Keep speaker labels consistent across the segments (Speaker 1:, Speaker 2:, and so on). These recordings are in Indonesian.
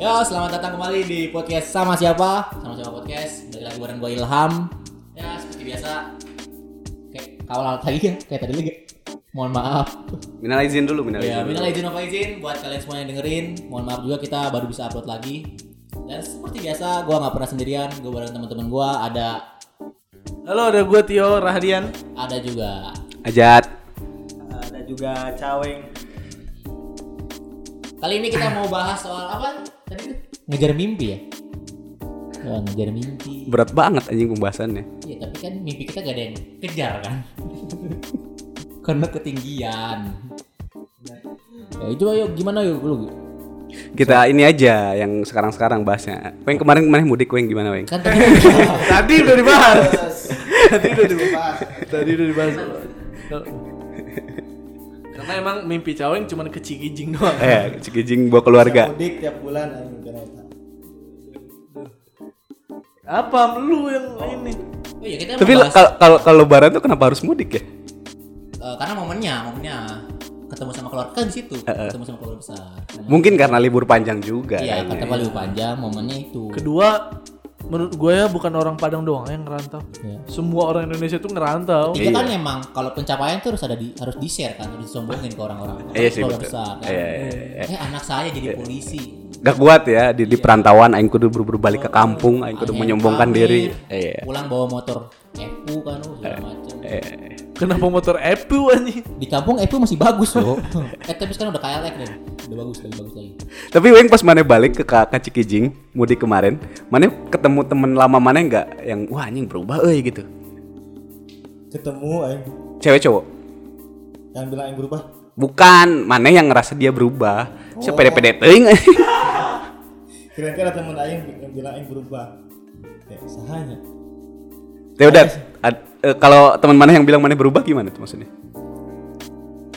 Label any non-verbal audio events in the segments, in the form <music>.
Speaker 1: Yo, selamat datang kembali di podcast sama siapa? Sama siapa podcast? Dari lagi bareng gue Ilham. Ya, seperti biasa. Kayak kawal alat lagi ya, kayak tadi lagi. Mohon maaf.
Speaker 2: Minal izin dulu, minal
Speaker 1: Ya,
Speaker 2: izin. dulu.
Speaker 1: minal izin apa izin buat kalian semua yang dengerin. Mohon maaf juga kita baru bisa upload lagi. Dan seperti biasa, gue nggak pernah sendirian. Gue bareng teman-teman gue ada
Speaker 3: Halo, ada gue Tio Rahadian.
Speaker 1: ada juga.
Speaker 2: Ajat.
Speaker 3: Ada juga Caweng.
Speaker 1: Kali ini kita mau bahas soal apa? Tadi tuh? ngejar mimpi ya. Ya, ngejar mimpi.
Speaker 2: Berat banget anjing pembahasannya.
Speaker 1: Iya, tapi kan mimpi kita gak ada yang kejar kan. <laughs> Karena ketinggian. Ya itu ayo gimana yuk lu?
Speaker 2: Kita ini aja yang sekarang-sekarang bahasnya. Weng kemarin kemarin mudik Weng gimana <laughs> Weng?
Speaker 1: Kan tadi
Speaker 3: Tadi udah dibahas. Tadi udah dibahas. Tadi udah dibahas. Karena emang mimpi Caweng cuman ke Cigijing doang.
Speaker 2: Eh, cikijing bawa keluarga.
Speaker 4: mudik tiap bulan anjing kereta.
Speaker 3: Apa lu yang ini?
Speaker 1: Oh iya kita
Speaker 2: Tapi
Speaker 1: mau
Speaker 2: lo-
Speaker 1: bahas,
Speaker 2: kalau kalau kalau lebaran tuh kenapa harus mudik ya?
Speaker 1: eh, karena momennya, momennya ketemu sama keluarga kan di situ, ketemu sama keluarga besar.
Speaker 2: Mungkin karena libur panjang juga.
Speaker 1: Iya,
Speaker 2: kayaknya.
Speaker 1: kata paling panjang momennya itu.
Speaker 3: Kedua, menurut gue ya bukan orang Padang doang yang ngerantau.
Speaker 1: Iya.
Speaker 3: Semua orang Indonesia tuh ngerantau.
Speaker 1: Tiga kan
Speaker 2: Iya.
Speaker 1: emang kalau pencapaian tuh harus ada di harus di share kan, harus disombongin ke orang-orang.
Speaker 2: Iya sih,
Speaker 1: Keluarga
Speaker 2: betul.
Speaker 1: besar. Kan?
Speaker 2: Iya, iya, iya.
Speaker 1: Eh anak saya jadi polisi.
Speaker 2: Gak kuat ya di, di perantauan aing kudu buru-buru balik ke kampung, aing
Speaker 1: Ada
Speaker 2: kudu
Speaker 1: yang
Speaker 2: menyombongkan
Speaker 1: pamit,
Speaker 2: diri. Iya.
Speaker 1: Pulang bawa motor EPU kan oh, segala macam.
Speaker 2: Eh,
Speaker 3: Kenapa motor Epu anjing?
Speaker 1: Di kampung EPU masih bagus loh.
Speaker 2: Oh.
Speaker 1: <laughs> eh tapi sekarang udah KLX deh. Udah bagus, lebih bagus lagi.
Speaker 2: Tapi Weng pas mana balik ke Ka- ke Cikijing mudik kemarin, mana ketemu temen lama mana nggak yang wah anjing berubah euy gitu.
Speaker 4: Ketemu aing
Speaker 2: Cewek cowok?
Speaker 4: yang bilang aing berubah.
Speaker 2: Bukan, mana yang ngerasa dia berubah. Saya pede-pede teuing. <laughs>
Speaker 4: Kira-kira temen aing bi- yang bilang aing berubah. Ya, sahanya.
Speaker 2: Ya udah, ad- eh, kalau teman mana yang bilang mana berubah gimana tuh maksudnya?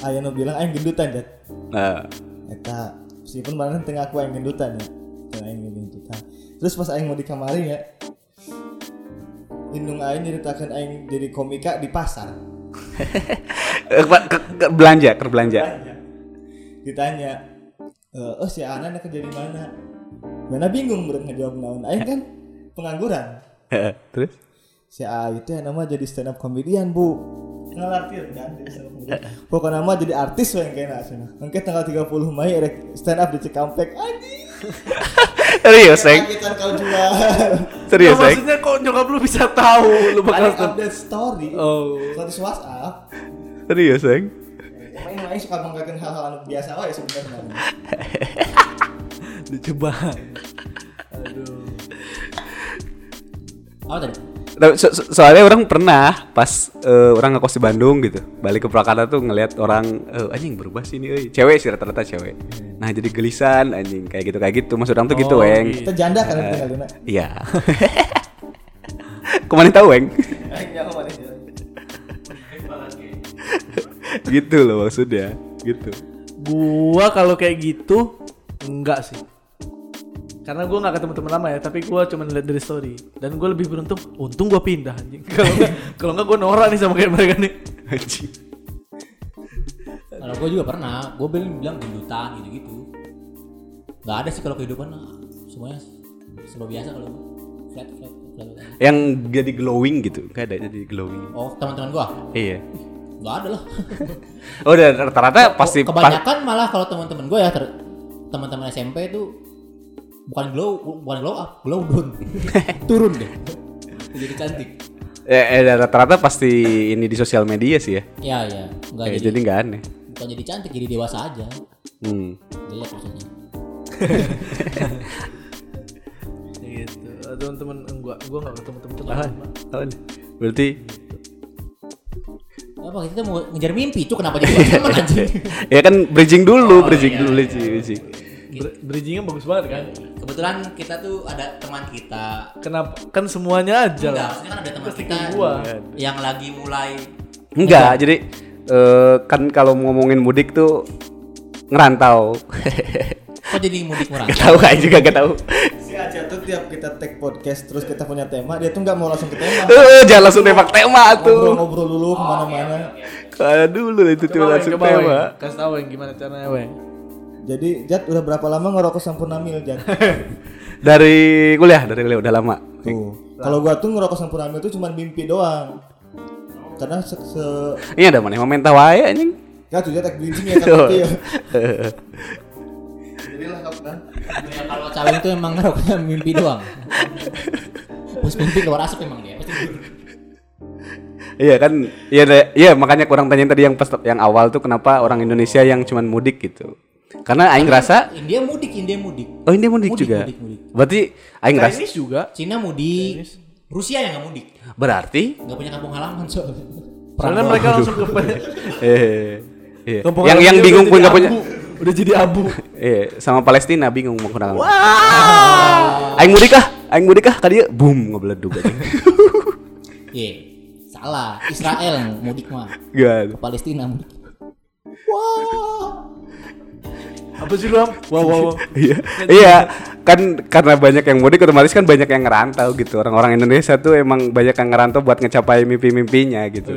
Speaker 4: Aya nu bilang aing gendutan jet.
Speaker 2: Nah,
Speaker 4: Eta meskipun mana tengah aku aing gendutan ya. Tengah aing gendutan. Terus pas aing mau di kamari ya. Indung aing nyeritakan aing jadi komika di pasar.
Speaker 2: eh, ke, ke- ke belanja, ke belanja. <laughs>
Speaker 4: Ditanya, "Eh, oh si Ana kerja di mana?" Mana bingung bereng ngejawab naon. Aing kan pengangguran.
Speaker 2: Terus?
Speaker 4: si A itu yang nama jadi stand up comedian bu ngelatih kan jadi stand up comedian. pokoknya nama jadi artis yang kena sana mungkin tanggal 30 Mei ada stand up di Cikampek anjing
Speaker 2: Serius, Seng?
Speaker 4: kagetan kau jual
Speaker 2: Serius,
Speaker 3: Nah,
Speaker 2: Seng?
Speaker 3: maksudnya kok nyokap lu bisa tahu lu
Speaker 4: ada
Speaker 3: bakal stand-
Speaker 4: update story
Speaker 3: Oh.
Speaker 4: status WhatsApp
Speaker 2: Serius, Seng?
Speaker 4: main main suka mengkagetin hal-hal anu biasa wae sebenarnya
Speaker 3: Iya. Dijebak. Aduh.
Speaker 1: Apa tadi?
Speaker 2: Tapi Nah, so- so- soalnya orang pernah pas eh, orang ngekos di Bandung gitu, balik ke Purwakarta tuh ngelihat orang eh, anjing berubah sih ini, euy." cewek sih rata-rata cewek. Nah jadi gelisan anjing kayak gitu kayak gitu, maksud orang tuh gitu,
Speaker 3: Oh,
Speaker 2: weng.
Speaker 3: gitu.
Speaker 4: kita janda kan tinggal di
Speaker 2: Iya. Kemana tahu, weng? gitu loh maksudnya, gitu.
Speaker 3: Gua kalau kayak gitu enggak sih. Karena gua nggak ketemu teman lama ya, tapi gua cuma lihat dari story. Dan gua lebih beruntung, untung gua pindah anjing. <laughs> Kalau enggak, kalau enggak gua norak nih sama kayak mereka nih.
Speaker 2: Anjing.
Speaker 1: Kalau gue juga pernah, gue bilang bilang gendutan gitu-gitu. Gak ada sih kalau kehidupan nah, semuanya serba biasa kalau gua. flat flat flat. flat.
Speaker 2: Yang jadi glowing gitu, nggak ada jadi glowing.
Speaker 1: Oh, teman-teman gua
Speaker 2: Iya.
Speaker 1: gak ada lah. <laughs>
Speaker 2: Oh, dan rata-rata pasti pas-
Speaker 1: Oh, Kebanyakan malah kalau teman-teman gua ya ter- teman-teman SMP tuh bukan glow bukan glow up, glow down.
Speaker 2: <laughs>
Speaker 1: Turun deh. <laughs> Jadi cantik.
Speaker 2: eh, eh, dan rata-rata pasti ini di sosial media sih ya.
Speaker 1: Ya ya, enggak
Speaker 2: Eh,
Speaker 1: jadi,
Speaker 2: jadi nggak aneh.
Speaker 1: bukan jadi cantik, jadi dewasa aja.
Speaker 2: Hmm.
Speaker 1: Jelek maksudnya.
Speaker 3: Gitu. Teman-teman gua gua enggak ketemu teman-teman
Speaker 2: Ah,
Speaker 3: lama.
Speaker 2: tahun. Berarti
Speaker 1: Apa kita Ya, mau ngejar mimpi itu kenapa jadi teman
Speaker 2: <laughs>
Speaker 1: anjing? Oh, iya,
Speaker 2: ya kan bridging dulu, bridging dulu, bridging. bridging.
Speaker 3: Ber- Bridgingnya bagus banget kan.
Speaker 1: Kebetulan kita tuh ada teman kita.
Speaker 3: Kenapa? Kan semuanya aja
Speaker 1: Enggak,
Speaker 3: lah.
Speaker 1: maksudnya kan ada teman kita
Speaker 3: gua.
Speaker 1: yang lagi mulai
Speaker 2: Enggak, jadi eh, kan kalau ngomongin mudik tuh ngerantau.
Speaker 1: kok jadi mudik murah.
Speaker 2: gak tahu kayak juga gak tahu.
Speaker 4: si Aja tuh tiap kita take podcast terus kita punya tema dia tuh nggak mau langsung ke tema
Speaker 2: Eh, jangan langsung nembak tema tuh.
Speaker 4: ngobrol-ngobrol dulu kemana-mana
Speaker 2: Kalau dulu itu tuh
Speaker 3: Coba, Weng,
Speaker 2: langsung
Speaker 3: coba, Weng.
Speaker 2: tema.
Speaker 3: Kasih tahu yang gimana caranya, Weng.
Speaker 4: Jadi Jat udah berapa lama ngerokok sampurna mil Jat?
Speaker 2: <laughs> Dari kuliah, dari kuliah udah lama.
Speaker 4: Tuh. Gitu. Kalau gua tuh ngerokok sampurna mil tuh cuma mimpi doang. Karena se, se
Speaker 2: Ini ada mana? Meminta wae anjing.
Speaker 4: ya tuh Jat gelincing
Speaker 2: <laughs>
Speaker 4: ya kan ya. Jadi lengkap kan?
Speaker 1: Ya, kalau calon tuh emang <laughs> ngerokoknya mimpi doang. Terus mimpi keluar asap emang dia. Pasti gitu.
Speaker 2: Iya kan, iya deh. iya makanya kurang tanyain tadi yang pas yang awal tuh kenapa orang Indonesia yang cuman mudik gitu. Karena aing ngerasa
Speaker 1: India mudik, India mudik.
Speaker 2: oh ini dia mudik,
Speaker 1: Mudik,
Speaker 2: juga.
Speaker 1: mudik, mudik.
Speaker 2: Berarti aing ngerasa
Speaker 3: Chinese juga.
Speaker 1: Cina mudik. Rusia yang nggak mudik.
Speaker 2: berarti
Speaker 1: Nggak punya kampung halaman soalnya.
Speaker 3: Soalnya mereka langsung ke <laughs>
Speaker 2: eh iya.
Speaker 3: Kampung
Speaker 2: yang
Speaker 3: halaman
Speaker 2: yang
Speaker 3: dia
Speaker 2: bingung
Speaker 3: udah
Speaker 2: pun
Speaker 3: jadi
Speaker 2: gak punya
Speaker 3: abu. Udah jadi abu.
Speaker 2: eh sama Palestina bingung mau kenal. Aing mudik ah, aing mudik ah kadieu boom ngebeleduk <laughs> anjing.
Speaker 1: Iya. Salah. Israel yang mudik mah.
Speaker 2: Gak.
Speaker 1: Palestina mudik.
Speaker 3: Apa sih lu? Am? Wow wow wow.
Speaker 2: Iya. Iya, kan karena banyak yang mudik otomatis kan banyak yang ngerantau gitu. Orang-orang Indonesia tuh emang banyak yang ngerantau buat ngecapai mimpi-mimpinya
Speaker 3: Iya.
Speaker 2: gitu.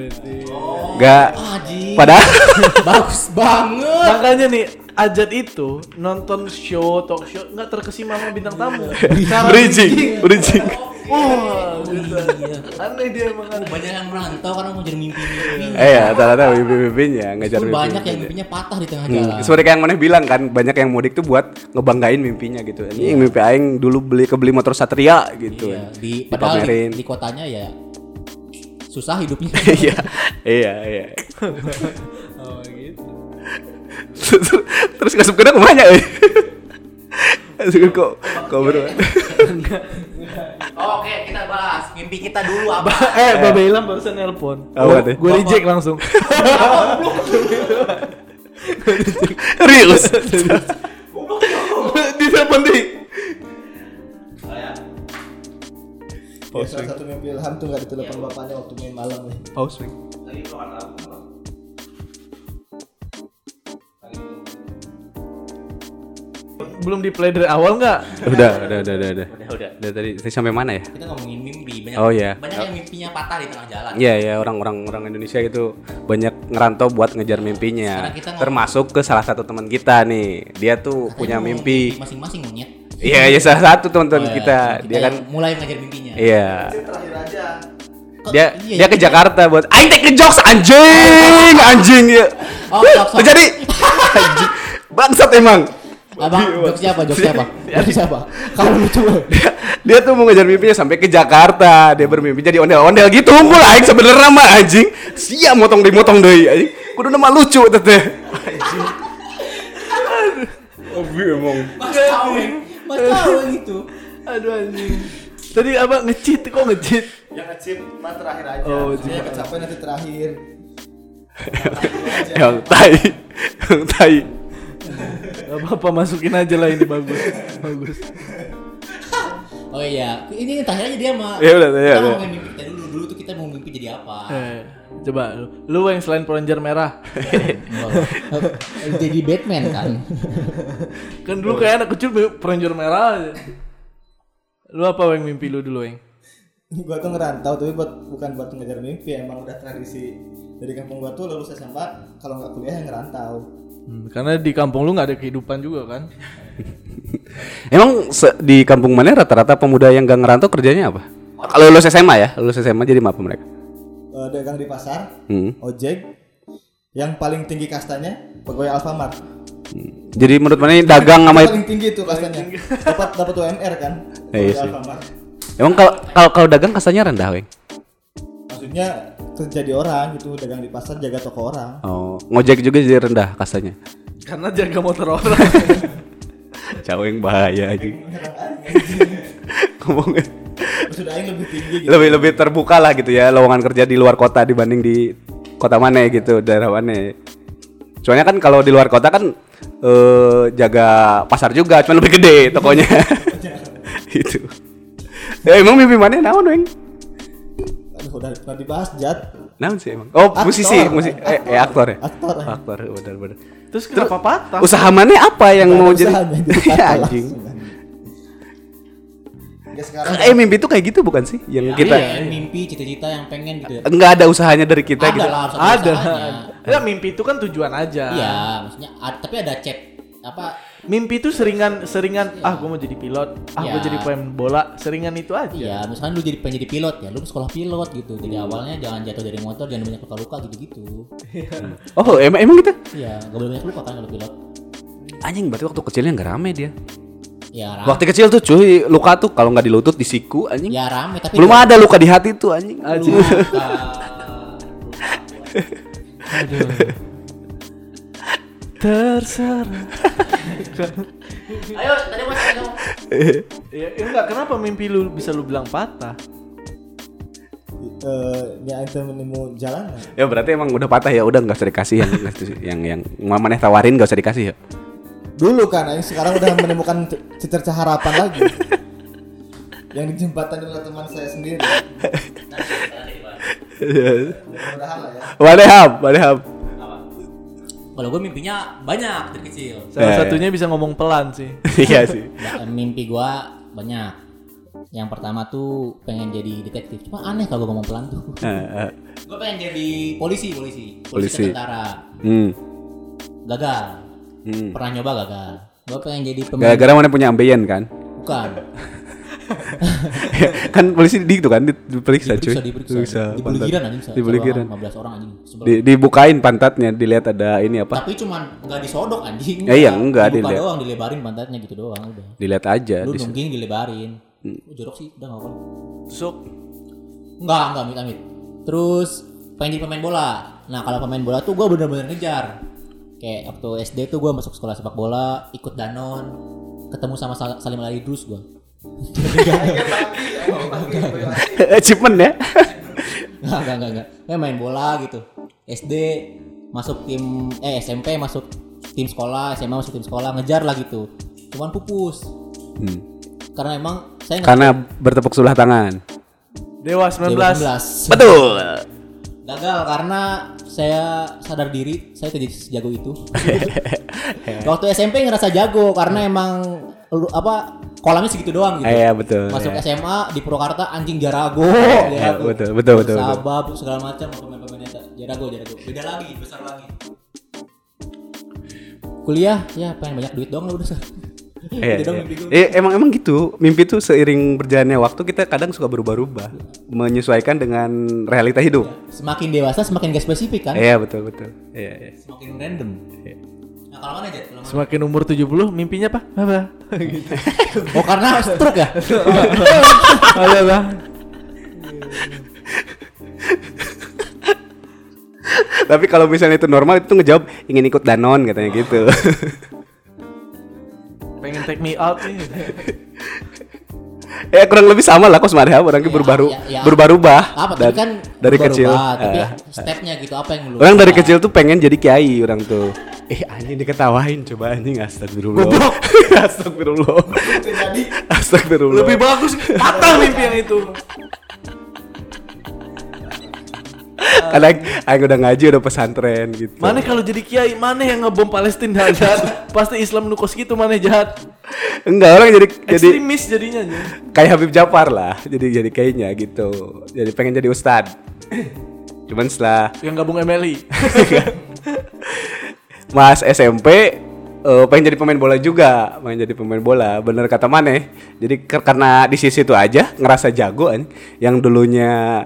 Speaker 2: Gak
Speaker 1: Haji.
Speaker 2: padahal
Speaker 1: Ah, <laughs> Bagus banget.
Speaker 3: <laughs> Makanya nih Ajat itu nonton show talk show nggak terkesima sama bintang
Speaker 2: <laughs>
Speaker 3: tamu. Cara
Speaker 2: bridging, bridging.
Speaker 3: Wah, gitu. Aneh dia emang
Speaker 2: <laughs>
Speaker 3: aneh.
Speaker 1: Iya. Banyak yang merantau karena mau jadi mimpi. mimpi. Kan
Speaker 2: Eh ya, ternyata mimpi-mimpinya ngejar mimpi.
Speaker 1: Banyak yang mimpinya patah di tengah jalan.
Speaker 2: Hmm, seperti kayak yang mana bilang kan banyak yang mudik tuh buat ngebanggain mimpinya gitu. Ini mimpi aing dulu beli kebeli motor Satria gitu.
Speaker 1: Iya, di padahal di,
Speaker 2: Dipamerin.
Speaker 1: di kotanya ya susah hidupnya.
Speaker 2: <laughs> Iya, iya, iya.
Speaker 3: Oh, gitu.
Speaker 2: Terus terus kasih kena kemana? eh? Terus kok kok berdua.
Speaker 1: Oke, kita bahas mimpi kita dulu apa?
Speaker 3: Eh, Babe Ilham barusan nelpon.
Speaker 2: Apa
Speaker 3: Gua-
Speaker 2: tuh?
Speaker 3: Gua reject langsung.
Speaker 2: Rius. <laughs> Di telepon di.
Speaker 4: Ya, salah satu mimpi Ilham tuh gak ditelepon bapaknya waktu main malam nih.
Speaker 2: Pause. Ring.
Speaker 3: Belum di play dari awal nggak?
Speaker 2: Udah, udah, udah, udah, udah.
Speaker 1: udah.
Speaker 2: Udah tadi tadi sampai mana ya?
Speaker 1: Kita ngomongin mimpi banyak.
Speaker 2: Oh, iya.
Speaker 1: Banyak yang mimpinya patah di tengah jalan.
Speaker 2: Iya ya orang-orang orang Indonesia gitu banyak ngerantau buat ngejar mimpinya.
Speaker 1: Sekarang kita ngomong-
Speaker 2: Termasuk ke salah satu teman kita nih. Dia tuh
Speaker 1: Katanya
Speaker 2: punya
Speaker 1: mau
Speaker 2: mimpi.
Speaker 1: masing-masing monyet.
Speaker 2: Iya ya salah satu teman-teman
Speaker 1: Oh, iya.
Speaker 2: kita. Dia kan
Speaker 1: yang mulai ngajar mimpinya.
Speaker 2: iya.
Speaker 4: Terakhir aja.
Speaker 1: Kok-
Speaker 2: Dia
Speaker 1: iya,
Speaker 2: dia
Speaker 1: iya.
Speaker 2: ke Jakarta buat aing take ke jokes
Speaker 1: <laughs>
Speaker 2: anjing anjing ya.
Speaker 1: Oh, sok, sok. <laughs>
Speaker 2: Jadi anjing. bangsat emang.
Speaker 1: Abang,
Speaker 2: Iya,
Speaker 1: jok siapa? Jok siapa? Jok siapa? Kamu lucu.
Speaker 2: dia, dia tuh mau ngejar mimpinya sampai ke Jakarta. Dia bermimpi jadi ondel-ondel gitu. Unggul aing sebenarnya mah anjing. Sia motong deui motong deui anjing. Kudu nama lucu eta teh. Anjing. Abi emang.
Speaker 1: Mas tahu, mas tahu gitu.
Speaker 3: Aduh anjing. Tadi apa ngecit kok Ya, ngecit?
Speaker 4: Yang ngecip mah terakhir aja.
Speaker 3: Oh,
Speaker 4: Soalnya kecapean nanti terakhir.
Speaker 2: Yang tai. Yang tai.
Speaker 3: Gak apa-apa masukin aja lah ini bagus. Bagus.
Speaker 1: Oh iya, ini yang terakhir aja dia sama.
Speaker 2: Ya udah,
Speaker 1: Kita
Speaker 2: ya udah. Iya.
Speaker 1: ngomongin mimpi kita dulu. Dulu tuh kita mau mimpi jadi apa?
Speaker 3: Eh, coba lu, lu yang selain Ranger <laughs> merah.
Speaker 1: Oh, jadi Batman kan?
Speaker 3: Kan dulu kayak anak kecil Ranger merah. aja. Lu apa yang mimpi lu dulu, Weng?
Speaker 4: Gua tuh ngerantau tapi buat bukan buat ngejar mimpi, emang udah tradisi dari kampung gua tuh lulus SMA kalau nggak kuliah ya ngerantau.
Speaker 3: Hmm, karena di kampung lu nggak ada kehidupan juga kan?
Speaker 2: Emang se- di kampung mana rata-rata pemuda yang gak ngerantau kerjanya apa? Kalau lulus SMA ya, lulus SMA jadi apa mereka?
Speaker 4: Eh, dagang di pasar,
Speaker 2: Hmm.
Speaker 4: ojek, yang paling tinggi kastanya pegawai Alfamart.
Speaker 2: Jadi menurut mana ini dagang sama
Speaker 4: Itu paling tinggi tuh kastanya. Dapat dapat UMR kan?
Speaker 2: Eh, iya
Speaker 4: Pegawai
Speaker 2: sih.
Speaker 4: Alfamart.
Speaker 2: Emang kalau kalau kalau dagang kasarnya rendah, Weng.
Speaker 4: Maksudnya kerja di orang gitu, dagang di pasar, jaga toko orang.
Speaker 2: Oh, ngojek juga jadi rendah kasarnya.
Speaker 3: Karena jaga motor <laughs> orang.
Speaker 2: Caweng bahaya aja.
Speaker 4: <laughs>
Speaker 2: Ngomongnya
Speaker 4: Maksud aing lebih tinggi gitu.
Speaker 2: lebih lebih terbuka lah gitu ya lowongan kerja di luar kota dibanding di kota mana gitu daerah mana. Soalnya kan kalau di luar kota kan eh, jaga pasar juga, cuma lebih gede
Speaker 4: <laughs>
Speaker 2: tokonya. itu. Ya, emang mimpi mana naon, Weng?
Speaker 4: Aduh, udah pernah dibahas jat.
Speaker 2: Naon sih emang? Oh,
Speaker 4: Aktor.
Speaker 2: musisi, musisi eh, eh, aktor ya.
Speaker 4: Aktor.
Speaker 2: Aktor, benar-benar.
Speaker 3: Terus kenapa patah?
Speaker 2: Usaha mana apa yang
Speaker 4: Nggak
Speaker 2: mau
Speaker 4: ada
Speaker 2: jadi? <laughs>
Speaker 4: usahanya, jadi
Speaker 2: Ya,
Speaker 4: <laughs> patah
Speaker 2: anjing.
Speaker 4: langsung. Ya sekarang
Speaker 2: Eh mimpi tuh kayak gitu bukan sih? Yang kita
Speaker 1: Iya, mimpi, cita-cita yang pengen gitu. ya.
Speaker 2: nggak ada usahanya dari kita
Speaker 1: Ada
Speaker 2: gitu.
Speaker 1: lah, harus
Speaker 3: Ada.
Speaker 1: usahanya.
Speaker 3: Ya mimpi itu kan tujuan aja.
Speaker 1: Iya, maksudnya ad- tapi ada chat, apa
Speaker 3: Mimpi itu seringan seringan ah gue mau jadi pilot, ah gue
Speaker 1: Iya.
Speaker 3: jadi pemain bola, seringan itu aja.
Speaker 1: Iya, misalkan lu jadi pengen jadi pilot ya, lu sekolah pilot gitu.
Speaker 2: Hmm.
Speaker 1: Jadi awalnya jangan jatuh dari motor, jangan banyak luka-luka gitu-gitu.
Speaker 2: Oh emang emang gitu?
Speaker 1: Iya, gak boleh banyak luka kan kalau pilot.
Speaker 2: Anjing berarti waktu kecilnya nggak rame dia.
Speaker 1: Ya rame,
Speaker 2: Ah. Waktu kecil tuh cuy luka tuh kalau nggak di lutut di siku anjing.
Speaker 1: ya rame tapi
Speaker 2: Belum ada luka di hati tuh anjing. anjing.
Speaker 3: Terserah.
Speaker 1: <laughs> Ayo, tadi masih ngomong.
Speaker 3: Ya, ya enggak kenapa mimpi lu bisa lu bilang patah?
Speaker 4: Eh, ya ente menemu jalanan
Speaker 2: <laughs> ya berarti emang udah patah ya udah nggak usah dikasih yang yang yang mamanya tawarin nggak usah dikasih ya.
Speaker 4: dulu kan anjing sekarang udah <laughs> menemukan c- secerca harapan lagi yang di jembatan adalah teman saya sendiri Nah, mudah-mudahan lah ya
Speaker 2: Wadahab, wadahab.
Speaker 1: Kalau gue mimpinya banyak dari kecil.
Speaker 3: Salah
Speaker 2: Ya, ya.
Speaker 3: satunya bisa ngomong pelan sih.
Speaker 2: <laughs> Iya sih.
Speaker 1: Ba- Mimpi gue banyak. Yang pertama tuh pengen jadi detektif. Cuma aneh kalau gue ngomong pelan tuh.
Speaker 2: Eh, eh.
Speaker 1: gue pengen jadi polisi, polisi,
Speaker 2: Polisi.
Speaker 1: tentara.
Speaker 2: Hmm.
Speaker 1: Gagal.
Speaker 2: Hmm.
Speaker 1: Pernah nyoba gagal. Gue pengen jadi pemain
Speaker 2: Gara-gara mana punya ambeien
Speaker 1: <laughs>
Speaker 2: kan?
Speaker 1: bukan.
Speaker 2: kan polisi di itu kan di- diperiksa cuy.
Speaker 1: Diperiksa, diperiksa. Dibeli
Speaker 2: pantat.
Speaker 1: giran anjing. se-
Speaker 2: Dibeli
Speaker 1: seorang
Speaker 2: giran.
Speaker 1: 15 orang anjing. Sebel-
Speaker 2: Di- dibukain pantatnya dilihat ada ini apa?
Speaker 1: Tapi cuman nggak disodok anjing.
Speaker 2: Ya iya, nggak,
Speaker 1: Dibuka
Speaker 2: dilihat.
Speaker 1: doang, dilebarin pantatnya gitu doang udah.
Speaker 2: Dilihat aja.
Speaker 1: Lu
Speaker 2: di-
Speaker 1: nungging dilebarin.
Speaker 2: Hmm.
Speaker 1: Lu jorok sih, udah nggak apa-apa.
Speaker 3: Sok
Speaker 1: Enggak, enggak, amit, amit. Terus pengen jadi pemain bola. Nah, kalau pemain bola tuh gue bener-bener ngejar. Kayak waktu SD tuh gue masuk sekolah sepak bola, ikut Danon, ketemu sama Sal- Salim Al Idrus gue.
Speaker 2: <laughs> Achievement ya.
Speaker 1: Enggak, enggak, enggak, enggak. Kayak main bola gitu. SD masuk tim eh SMP masuk tim sekolah, SMA masuk tim sekolah, ngejar lah gitu. Cuman pupus.
Speaker 2: Hmm.
Speaker 1: Karena emang saya nggak
Speaker 2: Karena bertepuk sebelah tangan.
Speaker 3: Dewa 19.
Speaker 1: 19.
Speaker 2: Betul.
Speaker 1: Gagal karena saya sadar diri saya tidak sejago itu. Waktu SMP ngerasa jago karena emang lu- apa kolamnya segitu doang gitu.
Speaker 2: Iya betul.
Speaker 1: Masuk SMA di Purwakarta anjing jarago.
Speaker 2: <laughs> iya, betul, betul, betul, betul.
Speaker 1: Sabab segala macam pemain-pemainnya tak- jarago jarago. Beda lagi, besar lagi. Kuliah ya pengen banyak duit doang lah udah.
Speaker 2: Iya,
Speaker 1: Itu doang
Speaker 2: iya.
Speaker 1: mimpi gue.
Speaker 2: Eh, emang emang gitu. Mimpi tuh seiring berjalannya waktu kita kadang suka berubah-ubah, menyesuaikan dengan realita hidup.
Speaker 1: Semakin dewasa semakin gak spesifik kan?
Speaker 2: Iya, betul betul. Iya, iya.
Speaker 1: Semakin random. Nah, kalau mana Jet? Kalau mana?
Speaker 3: Semakin umur 70 mimpinya apa? <laughs> Apa?
Speaker 1: Oh karena stroke ya?
Speaker 3: Ada lah.
Speaker 2: Tapi kalau misalnya itu normal itu ngejawab ingin ikut Danon katanya gitu. <laughs>
Speaker 3: Pengen take me out
Speaker 2: <laughs>
Speaker 3: nih.
Speaker 2: ya kurang lebih sama lah kok sebenarnya orangnya
Speaker 1: Iya,
Speaker 2: berubah
Speaker 1: iya, iya.
Speaker 2: berubah-ubah.
Speaker 1: apa
Speaker 2: Dan-
Speaker 1: tapi kan
Speaker 2: dari
Speaker 1: berubah-ubah,
Speaker 2: kecil.
Speaker 1: tapi
Speaker 2: Eh,
Speaker 1: stepnya gitu apa yang lu
Speaker 2: orang dari kecil tuh pengen jadi kiai orang tuh. Eh anjing diketawain coba anjing astagfirullah. <laughs> astagfirullah. astagfirullah.
Speaker 3: Lebih bagus patah mimpi yang itu.
Speaker 2: Kadang aing udah ngaji udah pesantren gitu.
Speaker 3: Mana kalau jadi kiai, mana yang ngebom Palestina jahat? Pasti Islam nukos gitu mana jahat.
Speaker 2: Enggak orang jadi jadi
Speaker 3: Ekstremis jadinya. anjing.
Speaker 2: kayak Habib Jafar lah. Jadi jadi kayaknya gitu. Jadi pengen jadi ustad. Cuman setelah
Speaker 3: Yang gabung
Speaker 2: <laughs>
Speaker 3: MLI.
Speaker 2: Mas SMP eh, pengen jadi pemain bola juga, pengen jadi pemain bola. Bener kata Maneh. Jadi ke- karena di sisi itu aja ngerasa jago anjing. yang dulunya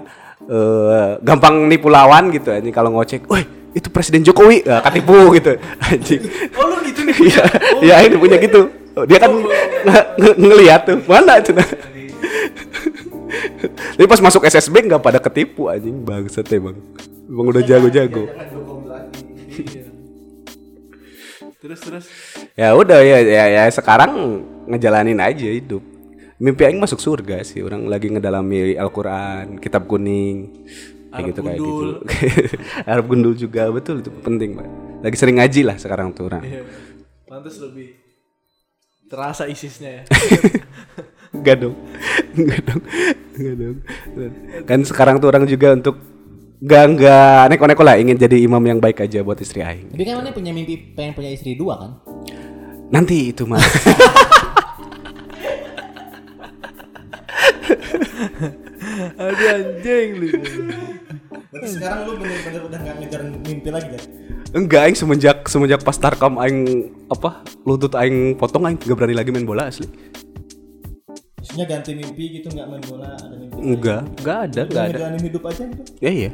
Speaker 2: eh, gampang nipu lawan gitu anjing kalau ngocek, "Woi, itu Presiden Jokowi." Nah, ketipu gitu. Anjing.
Speaker 3: Oh lu gitu nih.
Speaker 2: <laughs> Iya, iya ini punya gitu. Dia kan nge- nge- ngelihat tuh mana cina. <laughs> Tapi pas masuk SSB nggak pada ketipu anjing bangset ya bang. Bang udah jago-jago.
Speaker 3: Terus terus.
Speaker 2: Ya udah ya ya ya sekarang ngejalanin aja hidup. Mimpi aing masuk surga sih. Orang lagi ngedalami Al-Qur'an, kitab kuning. Kayak
Speaker 3: Arab
Speaker 2: gitu kayak gitu. <laughs>
Speaker 3: gundul.
Speaker 2: Arab gundul juga betul itu penting, Pak. Lagi sering ngaji lah sekarang tuh orang.
Speaker 3: Iya. Pantes lebih terasa isisnya ya.
Speaker 2: Enggak dong. <laughs> Enggak dong. Enggak dong. Kan sekarang tuh orang juga untuk enggak enggak neko-neko lah ingin jadi imam yang baik aja buat istri aing.
Speaker 1: tapi kan mana punya mimpi pengen punya istri dua kan
Speaker 2: Nanti itu mah.
Speaker 3: Ada anjing lu.
Speaker 4: berarti sekarang lu bener-bener udah nggak ngejar mimpi lagi kan
Speaker 2: <laughs> Enggak aing semenjak semenjak pas Tarkam aing apa lutut aing potong aing gak berani lagi main bola asli.
Speaker 4: Maksudnya ganti mimpi gitu nggak main bola ada mimpi.
Speaker 2: Enggak, enggak ada, enggak ada.
Speaker 4: Ngejalanin hidup aja gitu.
Speaker 2: Ya iya.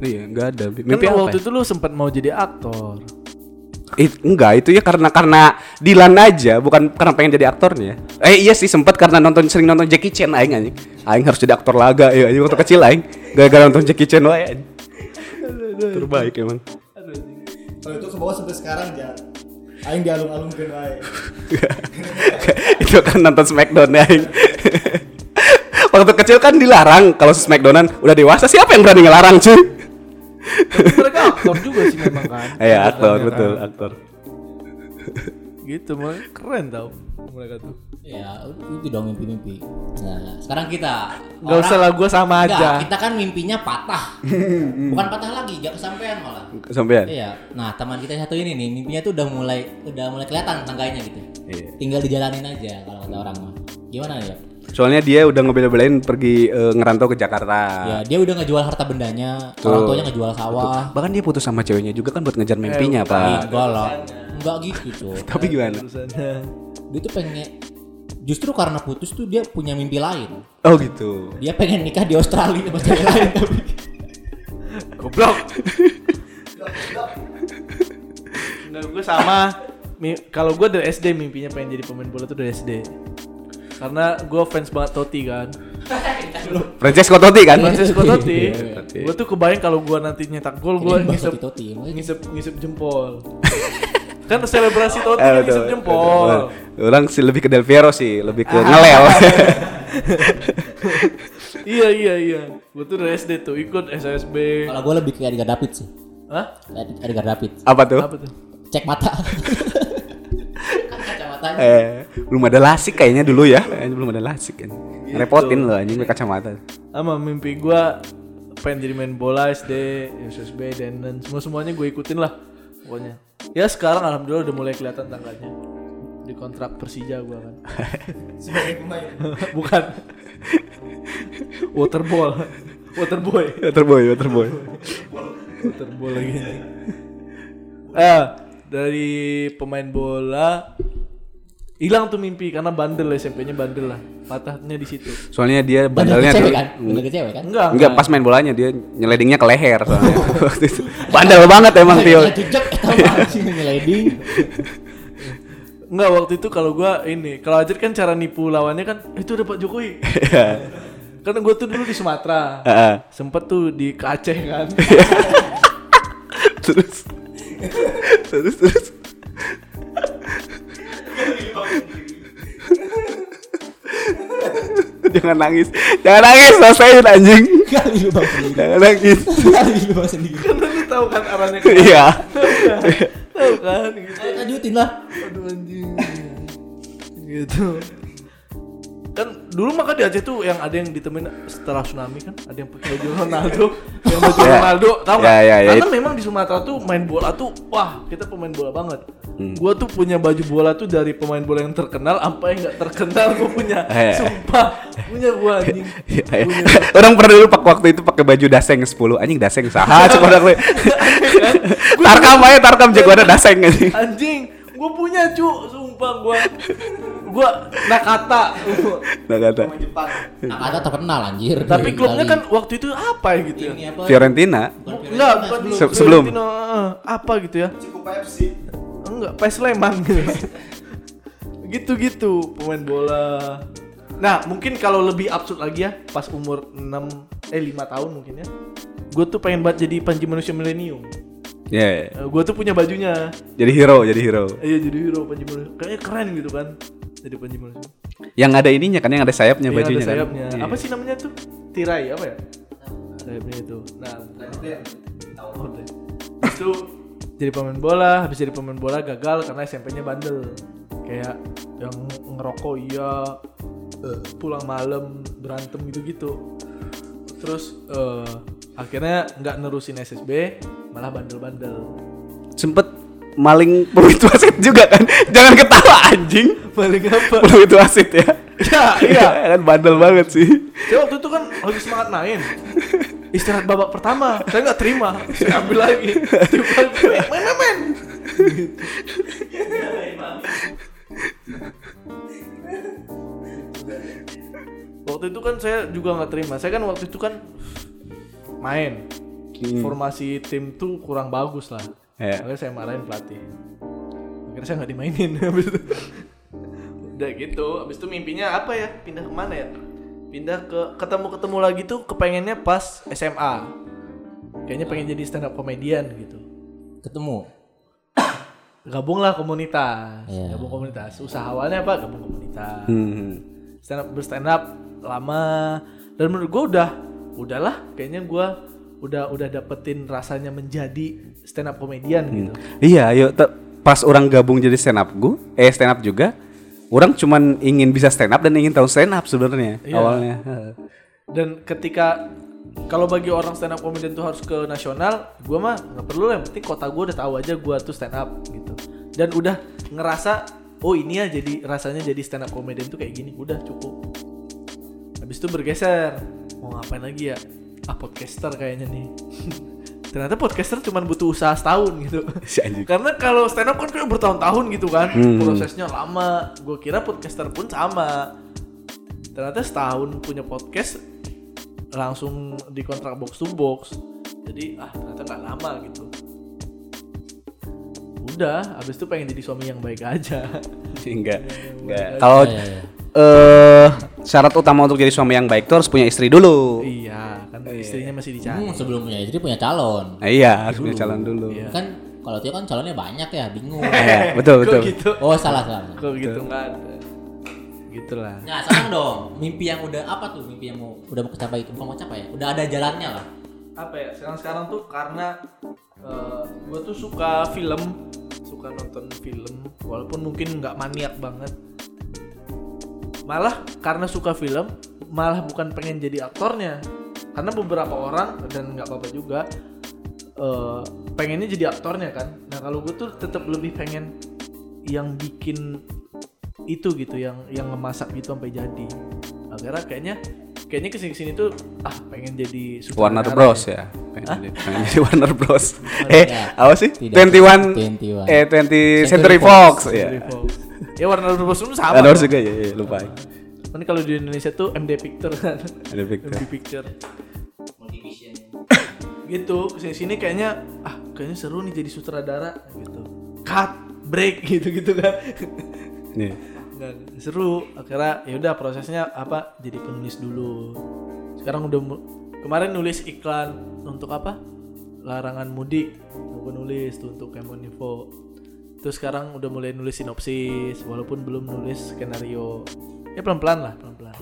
Speaker 2: Iya, enggak ada. Mimpi
Speaker 3: Mimpi
Speaker 2: apa?
Speaker 3: waktu
Speaker 2: ya?
Speaker 3: itu lu sempat mau jadi aktor.
Speaker 2: It, enggak, itu ya karena karena Dilan aja, bukan karena pengen jadi aktornya. Eh iya sih sempat karena nonton sering nonton Jackie Chan aing anjing. Aing harus jadi aktor laga ya anjing waktu kecil aing. Gara-gara nonton Jackie Chan wae. anjing. Terbaik emang. <laughs>
Speaker 4: Kalau itu ke bawah sampai sekarang jar. Aing dialung-alung ke wae.
Speaker 2: itu kan nonton Smackdown ya Aing. <laughs> Waktu kecil kan dilarang kalau Smackdownan udah dewasa siapa yang berani ngelarang cuy?
Speaker 3: Tapi mereka aktor juga sih memang
Speaker 2: <laughs>
Speaker 3: kan.
Speaker 2: Ya aktor betul aktor.
Speaker 3: Gitu, makanya keren tau mereka tuh.
Speaker 1: Ya, itu dong mimpi-mimpi. Nah, sekarang kita
Speaker 3: Gak
Speaker 1: orang-
Speaker 3: usah lah gue sama
Speaker 1: Enggak,
Speaker 3: aja.
Speaker 1: kita kan mimpinya
Speaker 3: <laughs>
Speaker 1: patah. Bukan patah lagi, gak kesampaian malah.
Speaker 2: Sampean.
Speaker 1: Iya. Nah, teman kita yang satu ini nih, mimpinya tuh udah mulai udah mulai kelihatan tangganya gitu.
Speaker 2: Iya.
Speaker 1: Tinggal dijalanin aja kalau kata orang mah. Gimana ya?
Speaker 2: Soalnya dia udah ngebela-belain pergi eh, ngerantau ke Jakarta.
Speaker 1: Ya,
Speaker 3: Ah.
Speaker 1: dia udah ngejual harta bendanya, orang tuanya ngejual sawah.
Speaker 2: Bahkan dia putus sama ceweknya juga kan buat ngejar
Speaker 1: Ih,
Speaker 2: mimpinya,
Speaker 3: Ah.
Speaker 2: Pak.
Speaker 1: enggak lah. Enggak gitu, Cok.
Speaker 2: Tapi gimana?
Speaker 3: Urusannya.
Speaker 1: Dia tuh pengen justru karena putus tuh dia punya mimpi lain.
Speaker 2: Oh gitu.
Speaker 1: Dia pengen nikah di Australia sama cewek lain tapi
Speaker 3: Goblok. Enggak gue sama. Mi- Kalau gue dari SD mimpinya pengen jadi pemain bola tuh dari SD. Karena gue fans banget Totti kan.
Speaker 2: Francesco Totti kan?
Speaker 3: Francesco Totti.
Speaker 2: Iya, Totti.
Speaker 3: gue tuh kebayang kalau gue nanti nyetak gol gue ngisep
Speaker 1: Toti.
Speaker 3: ngisep ngisep jempol. <laughs> kan selebrasi Totti
Speaker 2: <laughs> Eh,
Speaker 3: kan
Speaker 2: betul,
Speaker 3: ngisep
Speaker 2: betul,
Speaker 3: jempol.
Speaker 2: betul. Orang sih lebih ke Del Piero sih, lebih ke ngelel. <laughs>
Speaker 3: iya iya iya. Gue tuh dari SD tuh ikut SSB.
Speaker 1: Kalau gue lebih kayak Edgar David sih.
Speaker 3: Hah?
Speaker 1: Ed- Edgar David.
Speaker 2: Apa tuh?
Speaker 3: Apa tuh?
Speaker 1: Cek
Speaker 2: <laughs>
Speaker 1: mata. Kan Kacamatanya.
Speaker 2: Eh, belum ada lasik kayaknya dulu ya. Kayaknya belum ada lasik kan. Repotin loh anjing pakai kacamata.
Speaker 3: sama mimpi gua pengen jadi main bola SD, SSB, dan dan semua semuanya gue ikutin lah pokoknya. Ya sekarang alhamdulillah udah mulai kelihatan tangganya di kontrak Persija gua
Speaker 2: <laughs>
Speaker 3: kan.
Speaker 4: Sebagai pemain.
Speaker 3: Bukan waterball, waterboy,
Speaker 2: Waterboy, waterboy.
Speaker 3: waterball lagi. <laughs> Eh dari pemain bola hilang tuh mimpi karena bandel SMP-nya bandel lah patahnya di situ.
Speaker 2: Soalnya dia
Speaker 1: Bandel
Speaker 2: bandelnya
Speaker 1: ke
Speaker 2: tuh
Speaker 1: cewek kan? Bandel ke cewek kan?
Speaker 3: Enggak,
Speaker 2: Enggak pas main bolanya dia nyeledingnya ke leher soalnya. Waktu itu. Bandel banget emang Tio.
Speaker 1: Nggak Jejak atau eh, apa sih ngeleding?
Speaker 3: Enggak waktu itu kalau gua ini kalau Ajit kan cara nipu lawannya kan itu ada Pak Jokowi. Karena gua tuh dulu di Sumatera.
Speaker 2: Heeh.
Speaker 3: Sempet tuh di ke Aceh kan. <laughs>
Speaker 2: Terus terus terus Jangan nangis. Jangan nangis, selesaiin anjing.
Speaker 1: Kali lu bang sendiri.
Speaker 2: Jangan nangis.
Speaker 1: Kali lu bang sendiri.
Speaker 3: Karena lu tahu kan arahnya ke
Speaker 2: Iya.
Speaker 3: tahu kan gitu.
Speaker 1: Lanjutin lah.
Speaker 3: Aduh anjing. gitu. Kan dulu maka di Aceh tuh yang ada yang ditemuin setelah tsunami kan, ada yang pakai baju Ronaldo, yang baju
Speaker 2: Ya.
Speaker 3: Ronaldo, tahu
Speaker 2: Ya,
Speaker 3: nggak?
Speaker 2: ya, ya.
Speaker 3: Karena memang di Sumatera tuh main bola tuh wah, kita pemain bola banget.
Speaker 2: Hmm.
Speaker 3: Gua tuh punya baju bola tuh dari pemain bola yang terkenal sampai yang nggak terkenal gua punya.
Speaker 2: Ya, ya.
Speaker 3: Sumpah, punya gua
Speaker 2: <laughs>
Speaker 3: anjing.
Speaker 2: Iya, iya. Orang pernah dulu pak waktu itu pakai baju daseng 10 anjing daseng saha cuma orang lain. Tarkam aja tarkam jago ada daseng anjing.
Speaker 3: Anjing, gua punya cu, sumpah gua. Gua nakata.
Speaker 2: Nah kata
Speaker 4: Pemain Jepang.
Speaker 1: Nah, ada terkenal anjir. Dari
Speaker 2: Iya,
Speaker 3: Tapi klubnya
Speaker 1: Itali.
Speaker 3: kan waktu itu apa ya gitu ya?
Speaker 1: ini apa?
Speaker 2: Fiorentina.
Speaker 1: Bukan Fiorentina,
Speaker 3: Enggak, bukan
Speaker 1: sebelum.
Speaker 3: di
Speaker 2: Se- sebelum.
Speaker 3: Valentino, eh, apa gitu ya?
Speaker 4: Cukup FC.
Speaker 3: Enggak, PS Sleman. Gitu-gitu pemain bola. Nah, mungkin kalau lebih absurd lagi ya, pas umur 6 eh 5 tahun mungkin ya. Gue tuh pengen banget jadi panji manusia milenium.
Speaker 2: Ya.
Speaker 3: gue tuh punya bajunya.
Speaker 2: Jadi hero, jadi hero.
Speaker 3: Iya, jadi hero panji manusia. Kayaknya keren gitu kan. Jadi panji manusia.
Speaker 2: Yang ada ininya kan yang ada sayapnya
Speaker 3: Iya,
Speaker 2: bajunya
Speaker 3: ada
Speaker 2: kan.
Speaker 3: sayapnya.
Speaker 2: Iya.
Speaker 3: Apa sih namanya tuh? Tirai apa ya? Sayapnya itu. Nah, bukan Oh, deh. Habis itu jadi pemain bola, habis jadi pemain bola gagal karena SMP-nya bandel. Kayak yang ngerokok iya, eh, pulang malam berantem gitu-gitu. Terus eh, akhirnya nggak nerusin SSB, malah bandel-bandel.
Speaker 2: Sempet maling peluit wasit juga kan. Jangan ketawa anjing.
Speaker 3: Paling apa?
Speaker 2: <laughs> Peluit wasit ya.
Speaker 3: ya, iya.
Speaker 2: <laughs> kan bandel banget sih.
Speaker 3: Saya waktu itu kan lagi semangat main. Istirahat babak pertama, saya nggak terima. Saya ambil lagi. Tiup lagi, main main main waktu itu kan saya juga nggak terima saya kan waktu itu kan main formasi tim tuh kurang bagus lah
Speaker 2: Hmm. Iya.
Speaker 3: akhirnya saya marahin pelatih akhirnya saya nggak dimainin <laughs> habis itu udah gitu habis itu mimpinya apa ya pindah kemana ya pindah ke ketemu ketemu lagi tuh kepengennya pas SMA kayaknya pengen jadi stand up comedian gitu
Speaker 1: Ketemu.
Speaker 3: gabunglah komunitas
Speaker 1: Iya.
Speaker 3: gabung komunitas usaha awalnya apa gabung komunitas
Speaker 2: Hmm.
Speaker 3: stand up berstand up lama dan menurut gue udah udahlah kayaknya gua udah udah dapetin rasanya menjadi stand up komedian gitu
Speaker 2: Iya, ayo te- pas orang gabung jadi stand up gue, eh stand up juga, orang cuman ingin bisa stand up dan ingin tahu stand up sebenarnya
Speaker 3: Iya.
Speaker 2: awalnya. <laughs> Heeh.
Speaker 3: dan ketika kalau bagi orang stand up komedian tuh harus ke nasional gua mah nggak perlu lah yang penting kota gua udah tahu aja gua tuh stand up gitu dan udah ngerasa oh ini ya jadi rasanya jadi stand up komedian tuh kayak gini udah cukup habis itu bergeser mau ngapain lagi ya ah podcaster kayaknya nih <laughs> ternyata podcaster cuman butuh usaha setahun gitu
Speaker 2: Si anjing.
Speaker 3: karena kalau stand up kan kayak bertahun-tahun gitu kan
Speaker 2: Hmm.
Speaker 3: prosesnya lama gue kira podcaster pun sama ternyata setahun punya podcast langsung dikontrak box to box jadi ah ternyata nggak lama gitu udah abis itu pengen jadi suami yang baik aja
Speaker 2: Enggak. Enggak. Kalau
Speaker 1: Iya, iya.
Speaker 2: eh syarat utama untuk jadi suami yang baik itu harus punya istri dulu.
Speaker 3: iya kan
Speaker 2: Eh.
Speaker 3: istrinya masih dicari
Speaker 1: Hmm, sebelum punya istri punya calon.
Speaker 2: Nah, iya, harus punya calon dulu.
Speaker 3: Iya.
Speaker 1: Kan kalau Tio kan calonnya banyak ya, bingung.
Speaker 3: Eh.
Speaker 2: Iya, betul
Speaker 3: Kok
Speaker 2: betul.
Speaker 3: gitu
Speaker 1: Oh, salah salah.
Speaker 3: kok gitu nggak ada gitulah
Speaker 1: Nah,
Speaker 3: <coughs>
Speaker 1: sekarang dong, mimpi yang udah apa tuh? Mimpi yang mau udah mau kecapai, bukan mau capai ya? Udah ada jalannya lah.
Speaker 3: apa ya sekarang sekarang tuh karena gue tuh suka film suka nonton film walaupun mungkin nggak maniak banget malah karena suka film malah bukan pengen jadi aktornya karena beberapa orang dan nggak apa-apa juga eh, pengennya jadi aktornya kan nah kalau gue tuh tetap lebih pengen yang bikin itu gitu yang yang ngemasak gitu sampai jadi akhirnya kayaknya kayaknya kesini kesini tuh ah pengen jadi
Speaker 2: Warner
Speaker 3: sutradara gitu.
Speaker 2: Bros ya. Pengen jadi, pengen jadi Warner Bros. eh,
Speaker 1: Tidak.
Speaker 2: apa sih?
Speaker 1: Tidak. 21.
Speaker 2: 21 eh 20
Speaker 1: Century
Speaker 2: Century
Speaker 1: Fox.
Speaker 2: Fox, ya.
Speaker 3: Revolve. ya Iya. warna Warner Bros pun sama.
Speaker 2: Ada
Speaker 3: dong.
Speaker 2: juga ya, iya, lupa.
Speaker 3: Kan kalau di Indonesia tuh MD Picture kan.
Speaker 2: Ada Victor.
Speaker 3: MD Picture. gitu, kesini sini kayaknya ah kayaknya seru nih jadi sutradara gitu. Cut, break <laughs> gitu-gitu kan.
Speaker 2: Nih.
Speaker 3: Nggak, nggak seru. Akhirnya ya udah prosesnya apa? Jadi penulis dulu. Sekarang udah mu- kemarin nulis iklan untuk apa? Larangan mudik. Aku nulis tuh untuk Kemeninfo. Terus sekarang udah mulai nulis sinopsis walaupun belum nulis skenario. Ya pelan-pelan lah, pelan-pelan.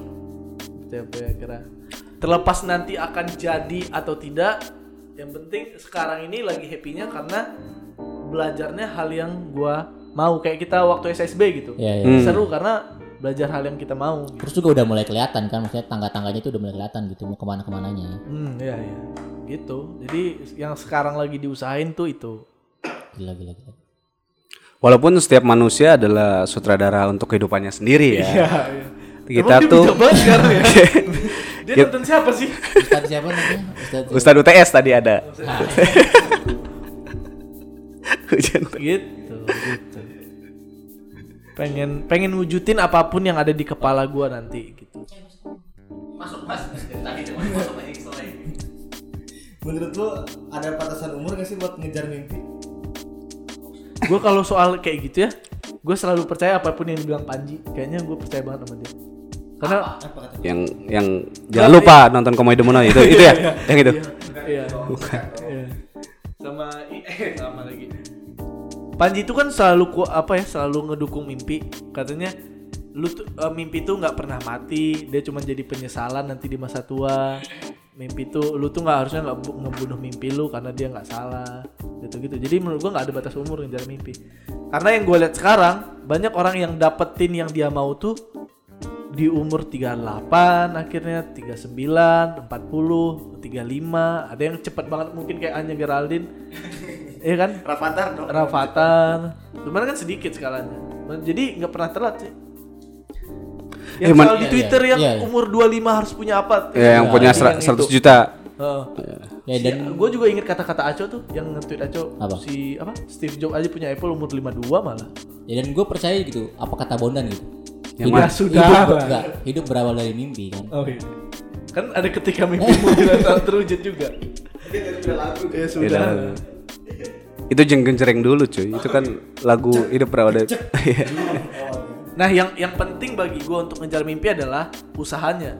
Speaker 3: Sampai akhirnya terlepas nanti akan jadi atau tidak, yang penting sekarang ini lagi happy-nya karena belajarnya hal yang gua mau kayak kita waktu SSB gitu
Speaker 1: Iya, iya.
Speaker 2: Hmm.
Speaker 3: seru karena belajar hal yang kita mau gitu.
Speaker 1: Terus juga udah mulai kelihatan kan, maksudnya tangga-tangganya itu udah mulai kelihatan gitu, mau kemana-kemananya.
Speaker 3: hmm ya ya gitu jadi yang sekarang lagi diusahain tuh itu
Speaker 1: Gila, gila,
Speaker 2: <laughs>
Speaker 1: gila.
Speaker 2: Walaupun setiap manusia adalah sutradara untuk kehidupannya sendiri ya. <laughs> Kita
Speaker 3: Iya. Emang dia
Speaker 2: tuh
Speaker 3: bijak banget sekarang ya dia nonton siapa sih
Speaker 1: Ustaz siapa namanya? Ustaz
Speaker 2: <laughs> Ustadz UTS tadi ada. <laughs> Hujan.
Speaker 3: gitu gitu pengen pengen wujudin apapun yang ada di kepala gua nanti gitu
Speaker 1: masuk mas. Tadi cuma masuk lagi ke
Speaker 4: Menurut lu ada batasan umur gak sih buat ngejar mimpi?
Speaker 3: gue kalau soal kayak gitu ya gue selalu percaya apapun yang dibilang Panji kayaknya gue percaya banget sama dia karena
Speaker 2: yang yang jangan lupa nonton Komedi Demono itu itu ya yang itu
Speaker 3: Iya. Iya. Sama i- eh sama lagi. Panji itu kan selalu ku, apa ya selalu ngedukung mimpi. Katanya lu tuh eh, mimpi tuh nggak pernah mati, dia cuma jadi penyesalan nanti di masa tua. Mimpi tuh lu tuh nggak harusnya nggak bu- ngebunuh mimpi lu karena dia nggak salah gitu-gitu. Jadi menurut gua nggak ada batas umur ngejar mimpi. Karena yang gue lihat sekarang banyak orang yang dapetin yang dia mau tuh di umur 38 akhirnya 39 40 35 ada yang cepat banget mungkin kayak Anya Geraldine Iya kan Rafathar dong Rafathar cuman kan sedikit skalanya jadi nggak pernah telat sih yang
Speaker 2: Eh, man-
Speaker 3: soal di
Speaker 1: Iya,
Speaker 3: Twitter
Speaker 1: iya,
Speaker 3: yang
Speaker 1: iya, iya.
Speaker 3: umur 25 harus punya apa
Speaker 2: ya yang punya sera- 100
Speaker 3: Yang Iya. itu. Oh. Eh,
Speaker 2: juta
Speaker 3: Heeh.
Speaker 1: Ya dan
Speaker 3: gue juga inget kata-kata Aco tuh yang nge-tweet Aco
Speaker 1: Apa?
Speaker 3: si apa Steve Jobs aja punya Apple umur 52 malah.
Speaker 1: ya dan gue percaya gitu apa kata Bondan gitu. Hidup-
Speaker 2: Yang
Speaker 3: mana? Ya, Sudah,
Speaker 1: hidup,
Speaker 3: Bang.
Speaker 1: enggak, hidup berawal dari mimpi kan.
Speaker 3: Oh iya. Kan ada ketika mimpimu
Speaker 1: <laughs>
Speaker 3: tidak tak terwujud juga. Ya
Speaker 2: Beda
Speaker 3: sudah.
Speaker 2: lagu. Iya, Itu jeng gencereng dulu cuy. Itu kan lagu hidup perawat. Iya.
Speaker 3: Nah, yang yang penting bagi gue untuk ngejar mimpi adalah usahanya.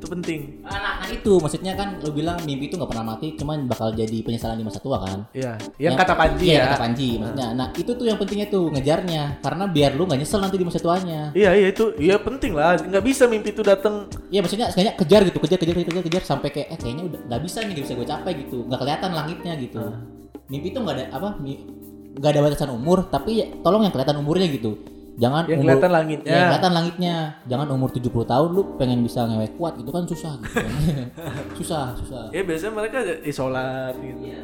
Speaker 3: Itu penting.
Speaker 1: Nah, nah itu maksudnya kan lu bilang mimpi itu nggak pernah mati, cuman bakal jadi penyesalan di masa tua kan.
Speaker 3: Iya, yang kata Panji
Speaker 1: iya,
Speaker 3: ya.
Speaker 1: kata Panji maksudnya. Nah, itu tuh yang pentingnya tuh ngejarnya karena biar lu nggak nyesel nanti di masa tuanya.
Speaker 3: Iya, iya itu iya penting lah. Nggak bisa mimpi itu datang.
Speaker 1: Iya maksudnya kayaknya kejar gitu, kejar kejar kejar kejar, kejar sampai kayak eh kayaknya udah nggak bisa nih nggak bisa gue capai gitu, nggak kelihatan langitnya gitu.
Speaker 3: Ah.
Speaker 1: Mimpi itu nggak ada apa mi- nggak ada batasan umur, tapi ya, tolong yang kelihatan umurnya gitu. Jangan
Speaker 3: Yang
Speaker 1: umur-
Speaker 3: kelihatan langitnya.
Speaker 1: Iya, Yang kelihatan langitnya. Jangan umur 70 tahun lu pengen bisa ngewek kuat gitu kan susah gitu.
Speaker 3: <laughs>
Speaker 1: kan. susah, susah.
Speaker 3: Ya biasanya mereka isolat gitu. Iya,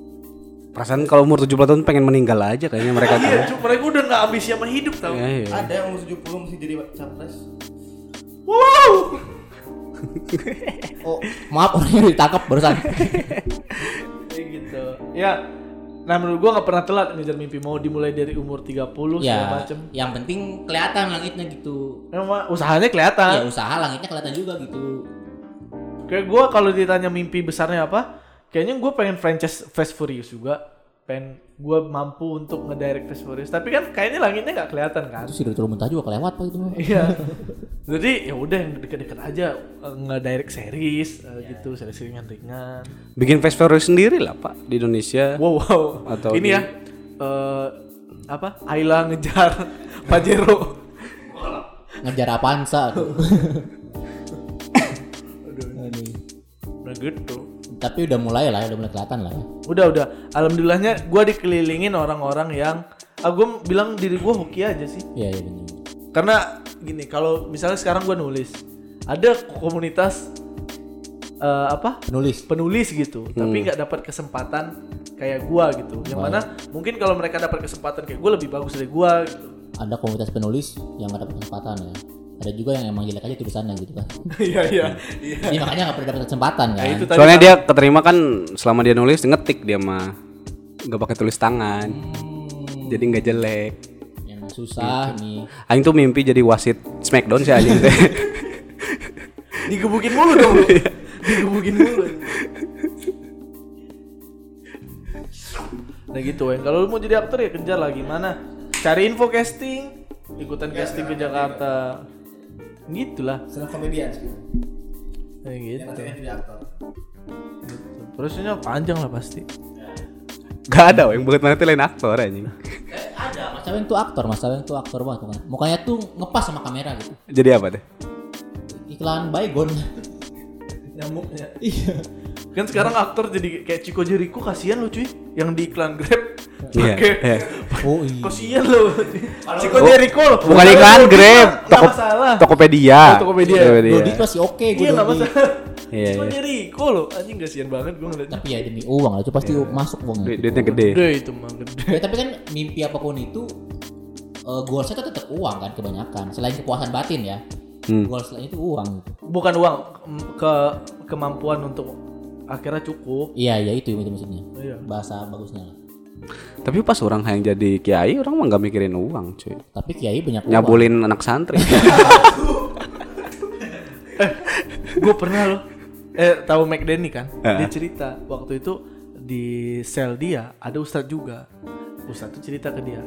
Speaker 2: <laughs> Perasaan kalau umur 70 tahun pengen meninggal aja kayaknya mereka tuh.
Speaker 3: Iya, cu, mereka udah nggak ambisi sama hidup tau.
Speaker 2: Iya, iya.
Speaker 4: Ada yang umur 70 masih jadi capres.
Speaker 3: Wow.
Speaker 1: Oh, maaf <laughs> orangnya udah ditangkap barusan.
Speaker 3: Kayak gitu. Ya, nah menurut gua nggak pernah telat ngejar mimpi mau dimulai dari umur 30 segala
Speaker 1: ya,
Speaker 3: macem.
Speaker 1: yang penting kelihatan langitnya gitu.
Speaker 3: Emang usahanya
Speaker 1: Ya
Speaker 3: kelihatan.
Speaker 1: usaha langitnya kelihatan juga gitu.
Speaker 3: Kayak gue kalau ditanya mimpi besarnya apa, kayaknya gue pengen franchise Fast Furious juga. Pengen gue mampu untuk ngedirect Fast Furious. Tapi kan kayaknya langitnya nggak kelihatan kan.
Speaker 1: Terus si Dr. Muntah juga kelewat pak itu.
Speaker 3: Iya. <laughs> Jadi ya udah yang deket-deket aja eh, ngedirect series eh, gitu, series ringan-ringan.
Speaker 2: Bikin fast forward sendiri lah pak di Indonesia.
Speaker 3: Wow, wow.
Speaker 2: Atau di-
Speaker 3: ini ya eh, apa? Ayla ngejar
Speaker 2: <laughs>
Speaker 3: Pajero.
Speaker 1: Ngejar apaan sa?
Speaker 3: Nah gitu.
Speaker 1: Tapi udah mulai lah, udah mulai kelihatan lah. ya.
Speaker 3: udah udah alhamdulillahnya gue dikelilingin orang-orang yang ah gue bilang diri gue hoki aja sih
Speaker 1: Iya iya benar.
Speaker 3: karena gini kalau misalnya sekarang gue nulis ada komunitas eh, apa
Speaker 1: Penulis.
Speaker 3: penulis gitu tapi nggak dapat kesempatan kayak gue gitu yang mana mungkin kalau mereka dapat kesempatan kayak gue lebih bagus dari gue gitu.
Speaker 1: Ada komunitas penulis yang gak dapat kesempatan ya. Ada juga yang emang jelek aja tulisannya gitu kan.
Speaker 3: <laughs> iya iya iya
Speaker 1: Jadi makanya gak pernah dapat kesempatan kan.
Speaker 3: Nah, itu tadi
Speaker 2: Soalnya dia keterima kan selama dia nulis ngetik dia mah nggak pakai tulis tangan.
Speaker 3: Hmm.
Speaker 2: Jadi nggak jelek.
Speaker 1: Yang susah
Speaker 3: Iya.
Speaker 1: nih.
Speaker 2: Aing tuh mimpi jadi wasit Smackdown sih anjing <laughs> teh.
Speaker 3: digebukin mulu <laughs> dong lu. digebukin mulu nah gitu Wen kalau lu mau jadi aktor ya kejar lah gimana cari info casting ikutan casting ke Jakarta gitulah
Speaker 4: Stand up comedian sih.
Speaker 3: Nah, gitu
Speaker 4: Yang katanya jadi aktor.
Speaker 3: prosesnya panjang lah pasti
Speaker 2: Gak ada yang buat mana tuh lain aktor anjing.
Speaker 1: Ada. Mas Aweng tuh aktor, Mas Aweng tuh aktor banget kan. Mukanya tuh ngepas sama kamera gitu.
Speaker 2: Jadi apa deh?
Speaker 1: Iklan Baygon.
Speaker 4: ya.
Speaker 3: nyamuknya
Speaker 1: Iya.
Speaker 3: kan sekarang
Speaker 2: Iya.
Speaker 3: aktor jadi kayak Chico Jericho kasihan lu cuy yang di iklan Grab
Speaker 2: Iya,
Speaker 3: Pakai-
Speaker 2: iya.
Speaker 1: Oh iya.
Speaker 3: kasihan lu Chico Jericho lo
Speaker 2: Bukan iklan Grab,
Speaker 3: Toko
Speaker 2: Toko,
Speaker 3: masalah
Speaker 2: Tokopedia.
Speaker 3: Oh, Tokopedia.
Speaker 1: Dodit masih oke gue
Speaker 3: Iya nggak
Speaker 1: Dodit.
Speaker 3: masalah.
Speaker 2: Iya,
Speaker 3: Cuma
Speaker 2: iya.
Speaker 3: Jericho loh, anjing kasihan banget gue ngeliatnya.
Speaker 1: Tapi ya demi uang lah itu pasti
Speaker 3: Iya.
Speaker 1: masuk uangnya.
Speaker 2: Duit- duitnya gede.
Speaker 3: Gede itu mah gede.
Speaker 1: Ya, tapi kan mimpi apapun itu eh goalsnya tuh tetap uang kan kebanyakan selain kepuasan batin ya
Speaker 3: Hmm.
Speaker 1: goals lain itu uang gitu.
Speaker 3: Bukan uang ke- ke kemampuan untuk akhirnya cukup.
Speaker 1: iya iya itu itu maksudnya
Speaker 3: Iya.
Speaker 1: bahasa bagusnya lah
Speaker 2: Tapi pas orang yang jadi kiai, orang mah nggak mikirin uang, cuy.
Speaker 1: tapi kiai banyak uang
Speaker 2: Nyabulin anak santri. <laughs>
Speaker 3: gue pernah loh. Eh tahu McDenny kan? Dia cerita waktu itu di sel dia ada ustadz juga. Ustadz tuh cerita ke dia.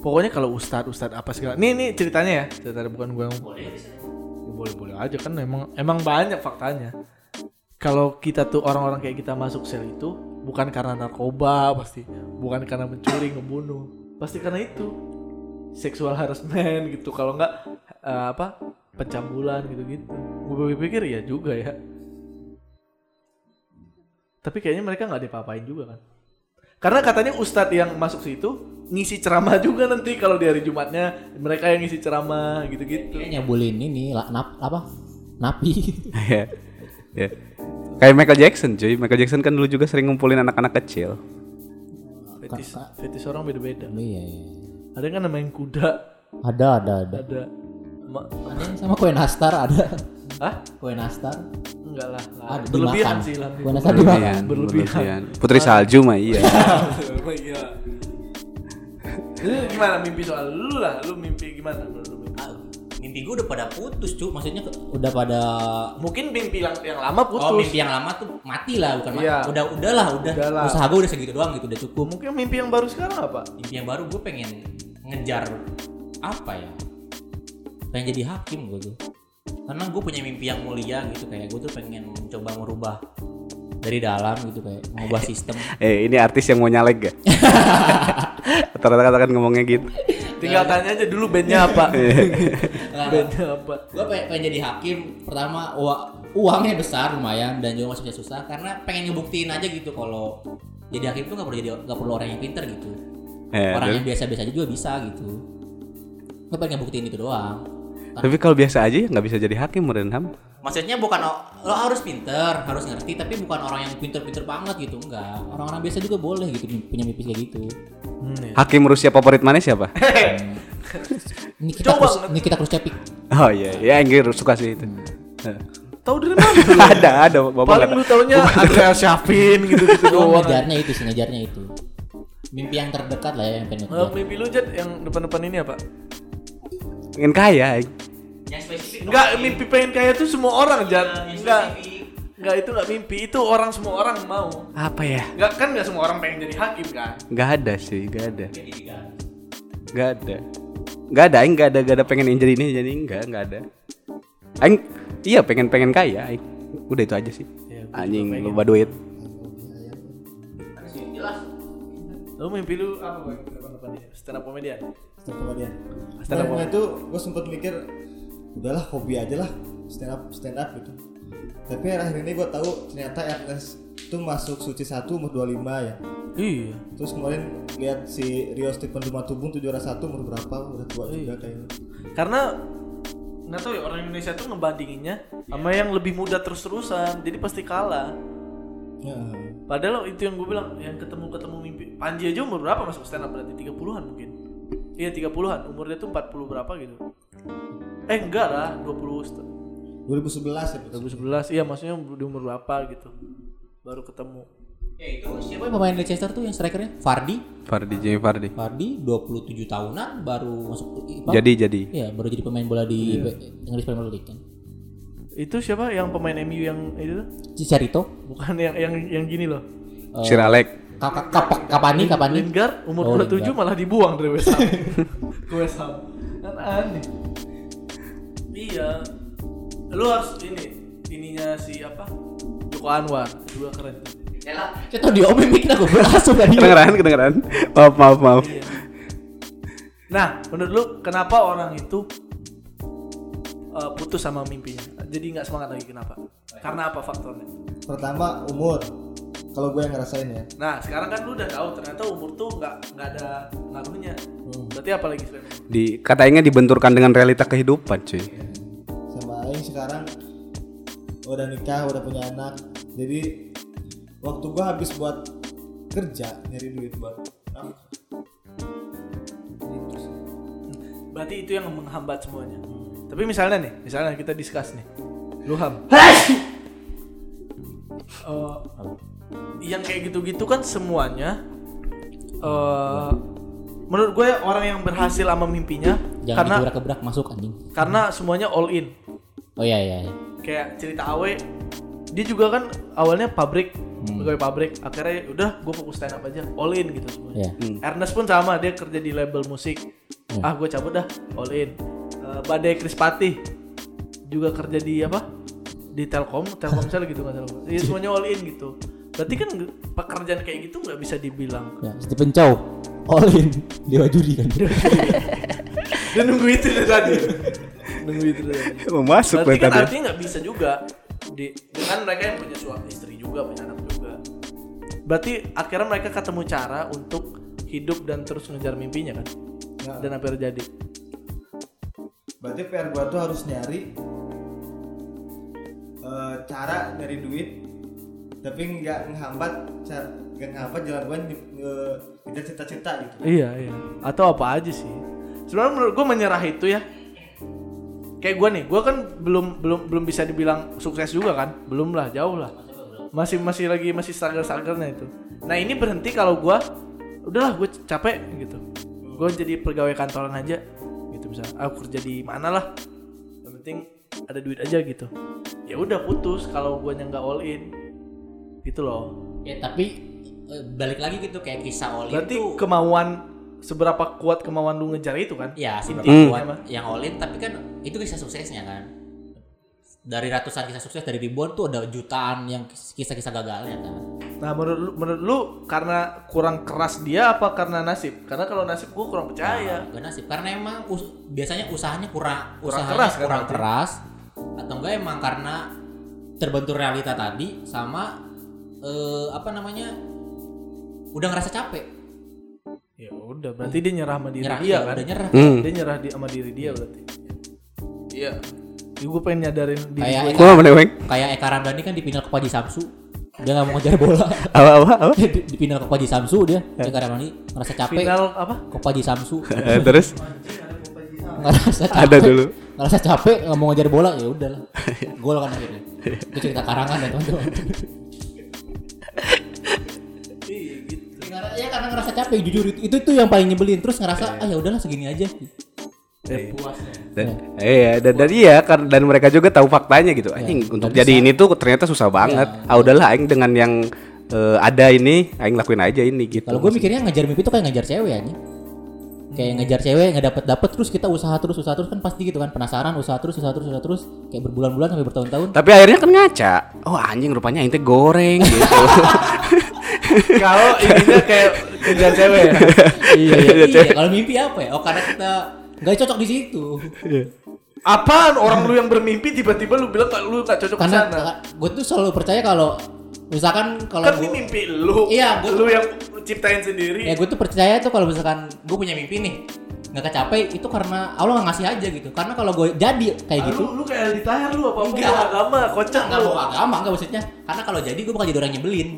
Speaker 3: Pokoknya kalau ustadz ustadz apa segala. Nih nih ceritanya ya. Cerita bukan gue yang Ya, boleh boleh aja kan emang emang banyak faktanya kalau kita tuh orang-orang kayak kita masuk sel itu bukan karena narkoba pasti bukan karena mencuri ngebunuh pasti karena itu seksual harassment <laughs> gitu kalau nggak eh, apa pencabulan gitu gitu gue pikir ya juga ya tapi kayaknya mereka nggak dipapain juga kan karena katanya ustadz yang masuk situ ngisi ceramah juga nanti kalau di hari Jumatnya mereka yang ngisi ceramah gitu-gitu.
Speaker 1: Kayaknya nyabulin ini la, nap, apa napi <laughs>
Speaker 2: Iya. Iya. Kayak Michael Jackson, cuy. Michael Jackson kan dulu juga sering ngumpulin anak-anak kecil.
Speaker 3: Fetis, fetis orang beda-beda.
Speaker 1: iya iya
Speaker 3: Ada kan namanya kuda,
Speaker 1: ada ada ada
Speaker 3: ada ma-
Speaker 1: Ada yang sama kue nastar ada
Speaker 3: Hah?
Speaker 1: Kue nastar.
Speaker 3: Enggak lah. lah.
Speaker 1: Ah, dimakan.
Speaker 3: berlebihan sih lah.
Speaker 1: Kue nastar dimakan.
Speaker 2: Berlebihan,
Speaker 3: Berlebihan.
Speaker 2: berlebihan. Putri salju mah iya.
Speaker 3: Iya. Lu gimana mimpi soal lu lah? Lu mimpi gimana? Lu- lu mimpi.
Speaker 1: Ah, Mimpi gue udah pada putus cu, maksudnya ke- udah pada
Speaker 3: Mungkin mimpi yang, yang lama
Speaker 1: Oh
Speaker 3: putus.
Speaker 1: mimpi yang lama tuh mati lah bukan mati.
Speaker 3: Iya.
Speaker 1: Udah udahlah udah.
Speaker 3: Udahlah.
Speaker 1: Usaha gue udah segitu doang gitu udah cukup.
Speaker 3: Mungkin mimpi yang baru sekarang apa?
Speaker 1: Mimpi yang baru gue pengen ngejar apa ya? Pengen jadi hakim gue tuh. Karena gue punya mimpi yang mulia gitu kayak gue tuh pengen coba merubah dari dalam gitu kayak mengubah sistem.
Speaker 2: Eh ini artis yang mau nyalek gak? Ternyata katakan ngomongnya gitu.
Speaker 3: Tinggal tanya aja dulu <laughs> bandnya apa.
Speaker 1: Nah,
Speaker 3: Iya. bandnya apa?
Speaker 1: gue pengen, pengen jadi hakim pertama ua- uangnya besar lumayan dan juga masuknya susah karena pengen ngebuktiin aja gitu kalau jadi hakim tuh nggak perlu jadi nggak perlu orang yang pinter gitu
Speaker 2: Eh,
Speaker 1: orang
Speaker 2: dan-
Speaker 1: yang biasa-biasa aja juga bisa gitu gue pengen ngebuktiin itu doang
Speaker 2: Tapi kalau biasa aja ya nggak bisa jadi hakim merenham.
Speaker 1: maksudnya bukan o- lo harus pinter harus ngerti tapi bukan orang yang pinter-pinter banget gitu enggak orang-orang biasa juga boleh gitu punya mimpi kayak gitu
Speaker 3: Hmm, ya.
Speaker 2: Hakim Rusia favorit mana siapa? <laughs>
Speaker 1: ini kita
Speaker 3: Coba
Speaker 1: terus ini kita terus cepik
Speaker 2: Oh iya, ya Inggris suka sih itu. Eh.
Speaker 3: Tahu dari mana? <laughs> lu?
Speaker 2: <laughs> ada ada bapak
Speaker 3: Paling
Speaker 2: kata.
Speaker 3: lu taunya Andrea Syafin gitu-gitu
Speaker 1: Cuma
Speaker 3: doang.
Speaker 1: ngejarnya itu sih ngejarnya itu mimpi yang terdekat lah ya yang pengen
Speaker 3: Eh,
Speaker 1: gue
Speaker 3: mimpi lu Jad yang depan-depan ini apa?
Speaker 2: Pengen kaya. Aing.
Speaker 1: yang spesifik
Speaker 3: Enggak, mimpi pengen kaya tuh semua orang Jad. Enggak. Enggak itu enggak mimpi, itu orang semua orang mau.
Speaker 2: Apa ya?
Speaker 3: Enggak kan enggak semua orang pengen jadi hakim kan?
Speaker 2: Nggak ada sih, nggak ada, nggak ada, nggak ada. Aing nggak ada, nggak ada pengen injil ini jadi nggak, nggak ada. Aing iya pengen pengen kaya. Aing. Udah itu aja sih.
Speaker 3: Iya,
Speaker 2: Anjing lupa duit.
Speaker 3: Lu mimpi lu apa Boy? depan-depan ini? Stand up comedian.
Speaker 4: Stand up comedian.
Speaker 3: Stand up
Speaker 4: Kemarin itu gue sempet mikir udahlah hobi aja lah stand up stand up gitu. Tapi akhir ini gue tahu ternyata Ernest itu masuk suci satu umur 25 ya.
Speaker 3: Iya.
Speaker 4: Terus kemarin lihat si Rio Stephen Dumatubung tuh juara satu umur berapa udah tua juga kayaknya.
Speaker 3: Karena nggak tahu ya orang Indonesia tuh ngebandinginnya sama yang lebih muda terus-terusan, jadi pasti kalah.
Speaker 4: Ya.
Speaker 3: Padahal itu yang gue bilang, yang ketemu-ketemu mimpi. Panji aja umur berapa masuk stand up berarti 30-an mungkin. Iya 30-an, umurnya tuh 40 berapa gitu. Eh enggak lah, 20 set-
Speaker 4: 2011
Speaker 3: 2011.
Speaker 4: ya.
Speaker 3: Iya, maksudnya di umur berapa gitu. Baru ketemu.
Speaker 1: ya siapa yang pemain Leicester tuh yang strikernya Fardi
Speaker 2: Fardi, Jamie Fardi.
Speaker 1: Fardi 27 tahunan baru masuk IPA.
Speaker 2: Jadi jadi.
Speaker 1: Iya, baru jadi pemain bola di Inggris Premier League kan.
Speaker 3: Itu siapa yang pemain MU yang itu? tuh?
Speaker 1: Cicerito,
Speaker 3: Bukan yang yang yang gini loh. Eh.
Speaker 2: Sir Alex.
Speaker 1: Ka- ka- Kap- Kapani, Kapani.
Speaker 3: Lingard
Speaker 1: Oh,
Speaker 3: umur 27 malah dibuang dari West Ham. Ke West Ham. Kan aneh. Iya. Lu harus ini ininya si apa? Joko Anwar juga keren.
Speaker 1: oh, Kita diomelin bikin aku berlangsung tadi.
Speaker 2: Kedengeran, kedengeran. Maaf, maaf, maaf.
Speaker 3: Iya. Nah, menurut lu kenapa orang itu uh, putus sama mimpinya? Jadi nggak semangat lagi kenapa? Karena apa faktornya?
Speaker 4: Pertama umur. Kalau gue yang ngerasain ya.
Speaker 3: Nah, sekarang kan lu udah tahu ternyata umur tuh nggak nggak ada pengaruhnya. Berarti apa lagi selain umur?
Speaker 2: Di katanya dibenturkan dengan realita kehidupan, cuy.
Speaker 4: sama Aing sekarang udah nikah udah punya anak jadi waktu gua habis buat kerja nyari duit buat
Speaker 3: Berarti itu yang menghambat semuanya. Tapi misalnya nih, misalnya kita discuss nih. Lu ham. Eh, yang kayak gitu-gitu kan semuanya eh menurut gue orang yang berhasil sama mimpinya
Speaker 1: Jangan
Speaker 3: karena
Speaker 1: kebrak masuk anjing.
Speaker 3: karena semuanya all in.
Speaker 1: Oh iya iya. iya.
Speaker 3: Kayak cerita Awe dia juga kan awalnya pabrik, pegawai pabrik. Akhirnya udah gue fokus stand up aja, all in gitu semuanya.
Speaker 1: Iya.
Speaker 3: Ernest pun sama dia kerja di label musik ah gue cabut dah all in Eh, Badai Krispati juga kerja di apa di Telkom Telkomsel gitu kan Telkom Iya, semuanya all in gitu berarti kan nge- pekerjaan kayak gitu nggak bisa dibilang
Speaker 1: Ya, Stephen Chow all in Dewa Juri kan.
Speaker 3: dia nunggu itu dari tadi nunggu itu dari tadi
Speaker 2: Mau masuk
Speaker 3: berarti kan
Speaker 2: tadi.
Speaker 3: artinya nggak bisa juga di dengan mereka yang punya suami istri juga punya anak juga berarti akhirnya mereka ketemu cara untuk hidup dan terus ngejar mimpinya kan
Speaker 4: Ya.
Speaker 3: dan akhirnya jadi
Speaker 4: berarti PR gua tuh harus nyari eh, cara nyari duit tapi nggak menghambat cara nggak menghambat jalan gua ny- nge- ngejar cita-cita gitu
Speaker 3: Iya, iya. Atau apa aja sih? Sebenarnya menurut gue menyerah itu ya kayak gue nih gue kan belum belum belum bisa dibilang sukses juga kan belum lah jauh lah masih masih lagi masih struggle strugglenya itu nah ini berhenti kalau gue udahlah gue capek gitu gue jadi pegawai kantoran aja gitu bisa aku kerja di mana lah yang penting ada duit aja gitu ya udah putus kalau gue nggak all in gitu loh
Speaker 1: ya tapi eh, balik lagi gitu kayak kisah Oli
Speaker 3: berarti
Speaker 1: itu
Speaker 3: kemauan seberapa kuat kemauan lu ngejar itu kan
Speaker 1: ya seberapa
Speaker 2: Hmm.
Speaker 1: kuat yang all in tapi kan itu kisah suksesnya kan dari ratusan kisah sukses dari ribuan tuh ada jutaan yang kisah-kisah gagalnya kan
Speaker 3: Nah menurut lu, menurut lu karena kurang keras dia apa karena nasib? Karena kalau nasib gua kurang percaya.
Speaker 1: Gak nasib karena emang us- biasanya usahanya kurang,
Speaker 3: Kurang
Speaker 1: usahanya
Speaker 3: keras kan
Speaker 1: kurang
Speaker 3: berarti?
Speaker 1: keras atau enggak emang karena terbentur realita tadi sama eh, apa namanya udah ngerasa capek
Speaker 3: Ya udah berarti dia nyerah sama diri
Speaker 1: nyerah
Speaker 3: dia
Speaker 1: ya,
Speaker 3: kan.
Speaker 1: udah nyerah
Speaker 2: Hmm.
Speaker 3: Dia nyerah di, sama diri dia berarti. Iya. Ya, gue pengen nyadarin diri
Speaker 1: Kayak
Speaker 3: gua.
Speaker 1: Eka,
Speaker 2: Gua mana weng?
Speaker 1: kayak Eka Ramdhani kan dipindah ke Paji Samsu dia nggak mau ngejar bola <laughs>
Speaker 2: Apa apa
Speaker 3: <laughs>
Speaker 2: apa?
Speaker 1: Dia di- dipindah ke Paji Samsu dia Eka Ramdhani ngerasa capek
Speaker 3: Ya. Final apa?
Speaker 1: ke Paji Samsu
Speaker 2: Eh, Terus
Speaker 1: ngerasa capek
Speaker 2: ada dulu.
Speaker 1: ngerasa capek nggak mau ngejar bola ya udahlah gol kan akhirnya itu cerita karangan ya teman-teman
Speaker 3: <laughs> Iya gitu.
Speaker 1: Karena- Ya karena ngerasa capek jujur itu itu tuh yang paling nyebelin terus
Speaker 3: Iya.
Speaker 1: ngerasa ah ya udahlah segini aja.
Speaker 3: Eh,
Speaker 2: Dan,
Speaker 3: Oh.
Speaker 2: iya, dan, dan iya karena dan mereka juga tahu faktanya gitu.
Speaker 3: Iya,
Speaker 2: Anjing untuk jadi ini tuh ternyata susah banget. Ah udahlah aing dengan yang eh, ada ini aing lakuin aja ini gitu.
Speaker 1: Kalau gue mikirnya ngejar mimpi itu kayak ngejar cewek aja. Kayak ngejar cewek nggak dapet dapet terus kita usaha terus usaha terus kan pasti gitu kan penasaran usaha terus usaha terus usaha terus kayak berbulan-bulan sampai bertahun-tahun.
Speaker 2: Tapi akhirnya kan ngaca. Oh anjing rupanya aing teh goreng
Speaker 3: <laughs>
Speaker 2: gitu.
Speaker 3: <laughs> kalau ininya kayak kejar cewek
Speaker 2: <laughs>
Speaker 3: ya.
Speaker 1: iya iya. iya. Kalau mimpi apa ya? Oh karena kita nggak cocok di situ.
Speaker 3: Apaan orang lu yang bermimpi tiba-tiba lu bilang kalau lu gak cocok ke
Speaker 1: Karena
Speaker 3: sana.
Speaker 1: gue tuh selalu percaya kalau misalkan kalau
Speaker 3: Kan ini
Speaker 1: gua-
Speaker 3: mimpi lu.
Speaker 1: Iya, gua-
Speaker 3: lu yang ciptain sendiri.
Speaker 1: ya gue tuh percaya tuh kalau misalkan gue punya mimpi nih nggak kecapai itu karena Allah nggak ngasih aja gitu karena kalau gue jadi kayak
Speaker 3: Ah,
Speaker 1: gitu
Speaker 3: Lu, lu kayak di tayar lu apa apa
Speaker 1: Enggak.
Speaker 3: agama kocak
Speaker 1: nggak
Speaker 3: lu.
Speaker 1: mau agama nggak maksudnya karena kalau jadi gue bakal jadi orang yang nyebelin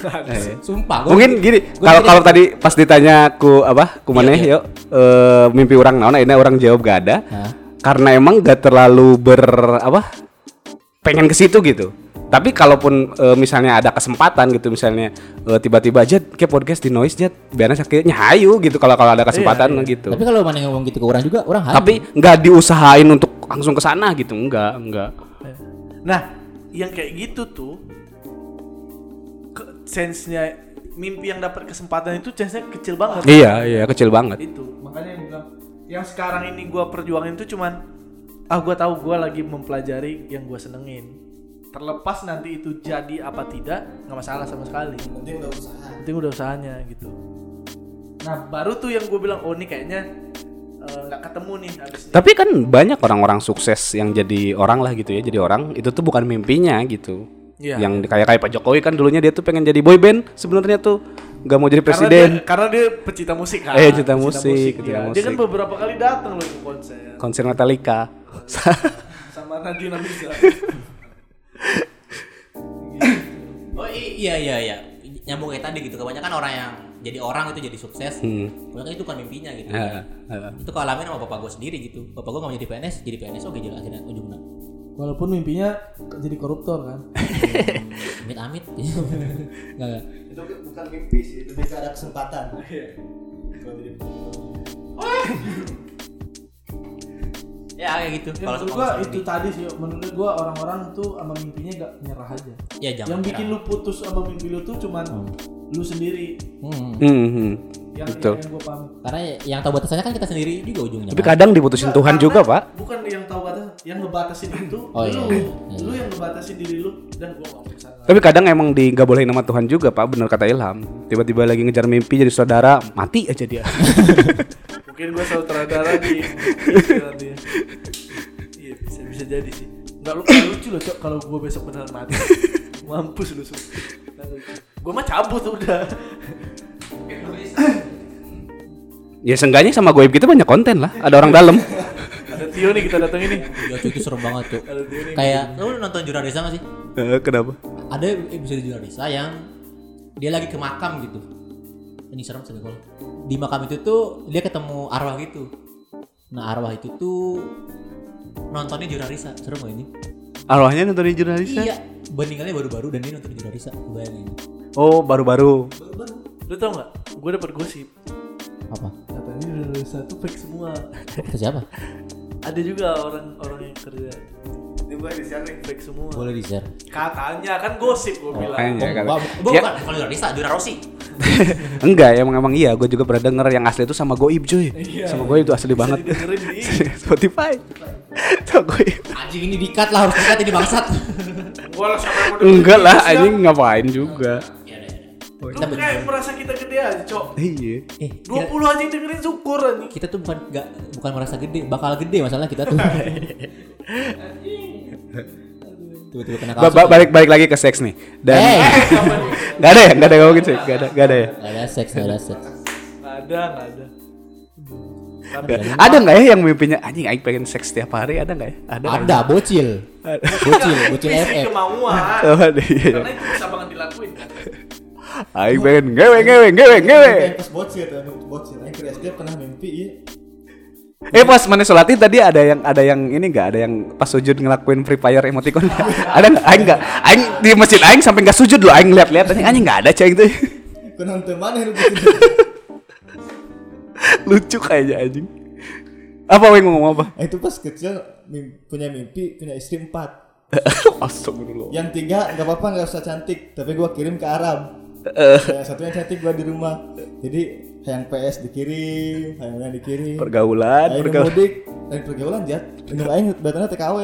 Speaker 3: Iya.
Speaker 2: Eh.
Speaker 1: sumpah gua-
Speaker 2: Mungkin gini,
Speaker 1: gua
Speaker 2: kalau
Speaker 1: jadi-
Speaker 2: kalau tadi pas ditanya ku apa, ku
Speaker 1: Iya,
Speaker 2: mana
Speaker 1: iya.
Speaker 2: yuk eh, mimpi orang naon akhirnya orang jawab gak ada.
Speaker 1: Hah?
Speaker 2: Karena emang gak terlalu ber apa pengen ke situ gitu. Tapi kalaupun eh, misalnya ada kesempatan gitu misalnya eh, tiba-tiba aja kayak podcast di noise jet biarnya sakitnya hayu gitu kalau kalau ada kesempatan
Speaker 1: Iya,
Speaker 2: gitu.
Speaker 1: tapi kalau mana yang ngomong gitu ke orang juga orang
Speaker 2: Tapi nggak diusahain untuk langsung ke sana gitu. Enggak, enggak.
Speaker 3: Nah, yang kayak gitu tuh ke sense-nya mimpi yang dapat kesempatan itu chance-nya kecil banget
Speaker 2: Iya, iya kecil banget.
Speaker 3: itu. Makanya yang bilang yang sekarang ini gua perjuangin tuh cuman ah gua tahu gua lagi mempelajari yang gua senengin. Terlepas nanti itu jadi apa tidak, nggak masalah sama sekali.
Speaker 4: penting udah usaha
Speaker 3: Yang penting udah usahanya gitu nah baru tuh yang gue bilang oh ini kayaknya eh, nggak ketemu nih habisnya
Speaker 2: Tapi kan banyak orang-orang sukses yang jadi orang lah gitu ya, jadi orang itu tuh bukan mimpinya gitu.
Speaker 3: Iya.
Speaker 2: Yang kayak kayak Pak Jokowi kan dulunya dia tuh pengen jadi boy band sebenarnya tuh nggak mau jadi presiden.
Speaker 3: karena dia, karena dia pecinta musik kan
Speaker 2: Eh, pecinta musik, pecinta
Speaker 3: iya. dia kan
Speaker 2: musik.
Speaker 3: beberapa kali datang loh ke konser
Speaker 2: Konser <laughs> Metallica.
Speaker 3: sama Nadine Amizah
Speaker 1: oh i- iya iya iya nyambung kayak tadi gitu kebanyakan orang yang jadi orang itu jadi sukses
Speaker 2: Hmm.
Speaker 1: kebanyakan itu kan mimpinya gitu
Speaker 2: Heeh, heeh.
Speaker 1: itu kealamin sama bapak gue sendiri gitu bapak gue nggak mau jadi PNS jadi PNS oke jelas akhirnya ujungnya
Speaker 3: <laughs>
Speaker 1: <laughs>
Speaker 3: walaupun mimpinya jadi koruptor kan
Speaker 1: amit amit <laughs> Nggak, nggak.
Speaker 4: itu bukan mimpi Iya. sih lebih ke ada kesempatan Kalau jadi-
Speaker 1: ya kayak gitu
Speaker 3: Ya, menurut
Speaker 1: sama
Speaker 3: gua
Speaker 1: sama
Speaker 3: itu
Speaker 1: mimpi.
Speaker 3: tadi sih menurut gua orang-orang tuh sama mimpinya gak nyerah aja
Speaker 1: ya jangan
Speaker 3: yang bikin lu putus sama mimpi lu tuh cuman lu sendiri
Speaker 1: Hmm.
Speaker 2: Hmm, hmm.
Speaker 3: yang,
Speaker 2: Betul.
Speaker 3: yang gue paham
Speaker 1: karena yang tahu batasannya kan kita sendiri juga ujungnya
Speaker 2: Tapi
Speaker 1: kan?
Speaker 2: kadang diputusin Tuhan
Speaker 3: Karena
Speaker 2: juga, Pak.
Speaker 3: bukan yang tahu batas yang ngebatasin itu
Speaker 1: Oh,
Speaker 3: lu
Speaker 1: iya.
Speaker 3: lu yang ngebatasin diri lu dan gua nggak mau kesana
Speaker 2: Tapi kadang emang di nggak bolehin nama Tuhan juga, Pak. Bener kata Ilham. Tiba-tiba lagi ngejar mimpi jadi saudara, mati aja <laughs> dia.
Speaker 3: mungkin gua sutradara di itu nanti ya. iya bisa bisa jadi sih nggak lu nggak lucu loh cok kalau gua besok beneran mati mampus lu semua Nggak lucu. gua mah cabut udah
Speaker 2: ya seenggaknya sama goib gitu banyak konten lah. Ada orang dalam.
Speaker 3: ada Tio nih kita datang ini
Speaker 1: Ya cuy, itu serem banget tuh.
Speaker 3: ada Tio nih
Speaker 1: Kayak lu nonton Jurah Desa gak sih?
Speaker 2: <laughs> Eh, kenapa?
Speaker 1: Ada episode Jurah Desa yang dia lagi ke makam gitu. Ini serem sekali kalau di makam itu tuh dia ketemu arwah gitu. Nah arwah itu tuh nontonnya Jura Risa seru nggak ini
Speaker 2: arwahnya nontonin jurnalisnya
Speaker 1: iya meninggalnya baru-baru dan dia nonton Jura Risa bayangin
Speaker 2: oh baru-baru
Speaker 3: Lu tau gak? Gue dapet gosip
Speaker 1: apa
Speaker 3: Katanya udah satu fake semua
Speaker 1: Ke siapa
Speaker 3: Ada juga orang-orang yang kerja Ini gue di fake semua
Speaker 1: boleh di share
Speaker 3: Katanya kan gosip gue bilang
Speaker 2: Kayaknya kan.
Speaker 1: Wah, bu-
Speaker 2: Ya,
Speaker 1: bukan kalau Jura Risa Jura Rosi
Speaker 2: <laughs> enggak emang emang iya gue juga pernah denger yang asli itu sama goib cuy sama goib itu Iya. asli banget
Speaker 3: didengerin di-
Speaker 2: <laughs> Spotify sama goib
Speaker 1: anjing ini dikat lah harus dikat ini bangsat
Speaker 3: Gue lah siapa yang mau dengerin
Speaker 2: enggak lah
Speaker 3: ini, siap.
Speaker 2: anjing ngapain juga
Speaker 1: Iya, iya, iya.
Speaker 3: Lu kayak merasa kita gede aja cok
Speaker 2: iya
Speaker 3: 20
Speaker 1: eh kita-
Speaker 3: aja yang dengerin syukur anjing
Speaker 1: kita tuh bukan nggak bukan merasa gede bakal gede masalah kita
Speaker 2: <laughs>
Speaker 1: tuh tiba-tiba kena
Speaker 2: Ba-
Speaker 1: kasus
Speaker 2: ba- balik balik lagi ke seks nih dan
Speaker 1: Eh.
Speaker 2: <laughs> nggak ada ya nggak ada yang ngomongin seks nggak ada nggak ada ya
Speaker 1: Nggak ada seks nggak ada seks
Speaker 3: Gak ada, gak ada
Speaker 2: Nggak ada. ada nggak ya yang mimpinya anjing aing pengen seks setiap hari ada nggak ya ada
Speaker 1: ada bocil
Speaker 2: <laughs>
Speaker 1: bocil bocil
Speaker 3: Fisik
Speaker 1: FF
Speaker 3: kemauan
Speaker 2: Oh, ada iya.
Speaker 3: Karena itu bisa banget dilakuin kan
Speaker 2: aing pengen ngewe ngewe ngewe ngewe
Speaker 4: Kayak pas bocil tuh, aduh, bocil. Nah, Yang ke SD pernah mimpi, iya.
Speaker 2: <laughs> eh pas mana sholat id tadi ada yang ada yang ini nggak ada yang pas sujud ngelakuin free fire emoticon <laughs> nggak? ada nggak aing nggak aing di masjid aing sampai nggak sujud loh aing lihat lihat anjing anjing nggak ada ceng tuh <laughs>
Speaker 4: Kau nonton mana lu bocil?
Speaker 2: lucu kayaknya anjing apa weng mau ngomong apa
Speaker 4: Eh, Itu pas kecil mim- punya mimpi, punya istri empat.
Speaker 2: <laughs> astagfirullah
Speaker 4: Yang tiga nggak apa-apa nggak usah cantik, tapi gua kirim ke Arab.
Speaker 2: Eh.
Speaker 4: Yang satunya cantik gua di rumah. Jadi yang PS dikirim, yang dikirim.
Speaker 2: pergaulan
Speaker 4: Ayo
Speaker 2: pergaulan
Speaker 4: mudik, dari pergaulan jat. Ini aing datangnya TKW.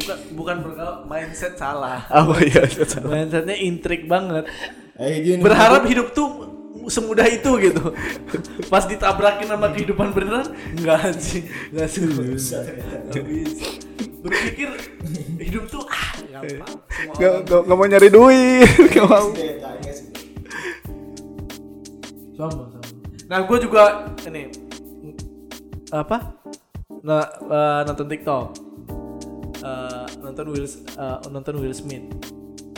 Speaker 3: Bukan, bukan berkala- mindset
Speaker 2: <laughs>
Speaker 3: salah
Speaker 2: <laughs> apa ya
Speaker 3: Mindsetnya intrik banget
Speaker 4: Eh, gini.
Speaker 3: berharap hidup tuh semudah itu gitu pas ditabrakin sama kehidupan beneran nggak anjing nggak susah Nggak bisa berpikir hidup tuh ah gampang semua
Speaker 2: Gak, gak, gak mau nyari duit <laughs> Gak mau
Speaker 3: sombong sombong nah gue juga ini apa nah eh, nonton TikTok Eh, nonton Will eh, nonton Will Smith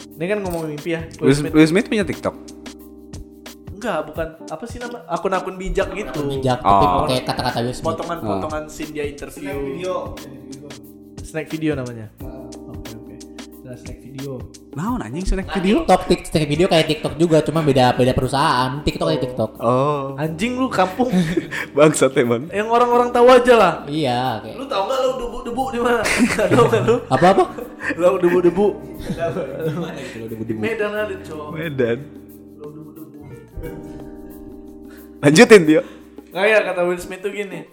Speaker 3: ini kan ngomongin mimpi ya
Speaker 2: Will,
Speaker 3: Will Smith
Speaker 2: Will Smith punya TikTok
Speaker 3: enggak bukan apa sih nama akun-akun bijak gitu
Speaker 1: bijak tapi
Speaker 2: Oh.
Speaker 1: pakai kata-kata Will Smith
Speaker 3: potongan-potongan scene dia interview snack video namanya oke oke nah snack video
Speaker 2: Nah anjing snack video
Speaker 1: TikTok, tik- tik- video kayak TikTok juga, cuma beda beda perusahaan. TikTok kayak TikTok.
Speaker 2: Oh
Speaker 3: anjing lu kampung <laughs>
Speaker 2: Bangsat emang
Speaker 3: yang orang-orang tahu aja lah
Speaker 1: Iya, kayak
Speaker 3: lu tau nggak lu debu-debu di mana <laughs> tahu nggak lu
Speaker 1: apa apa?
Speaker 3: lu debu-debu di
Speaker 1: Debu-debu.
Speaker 3: Medan ada cowok
Speaker 2: Medan
Speaker 3: lu debu-debu
Speaker 2: Lanjutin dia
Speaker 3: kayak kata Will Smith tuh gini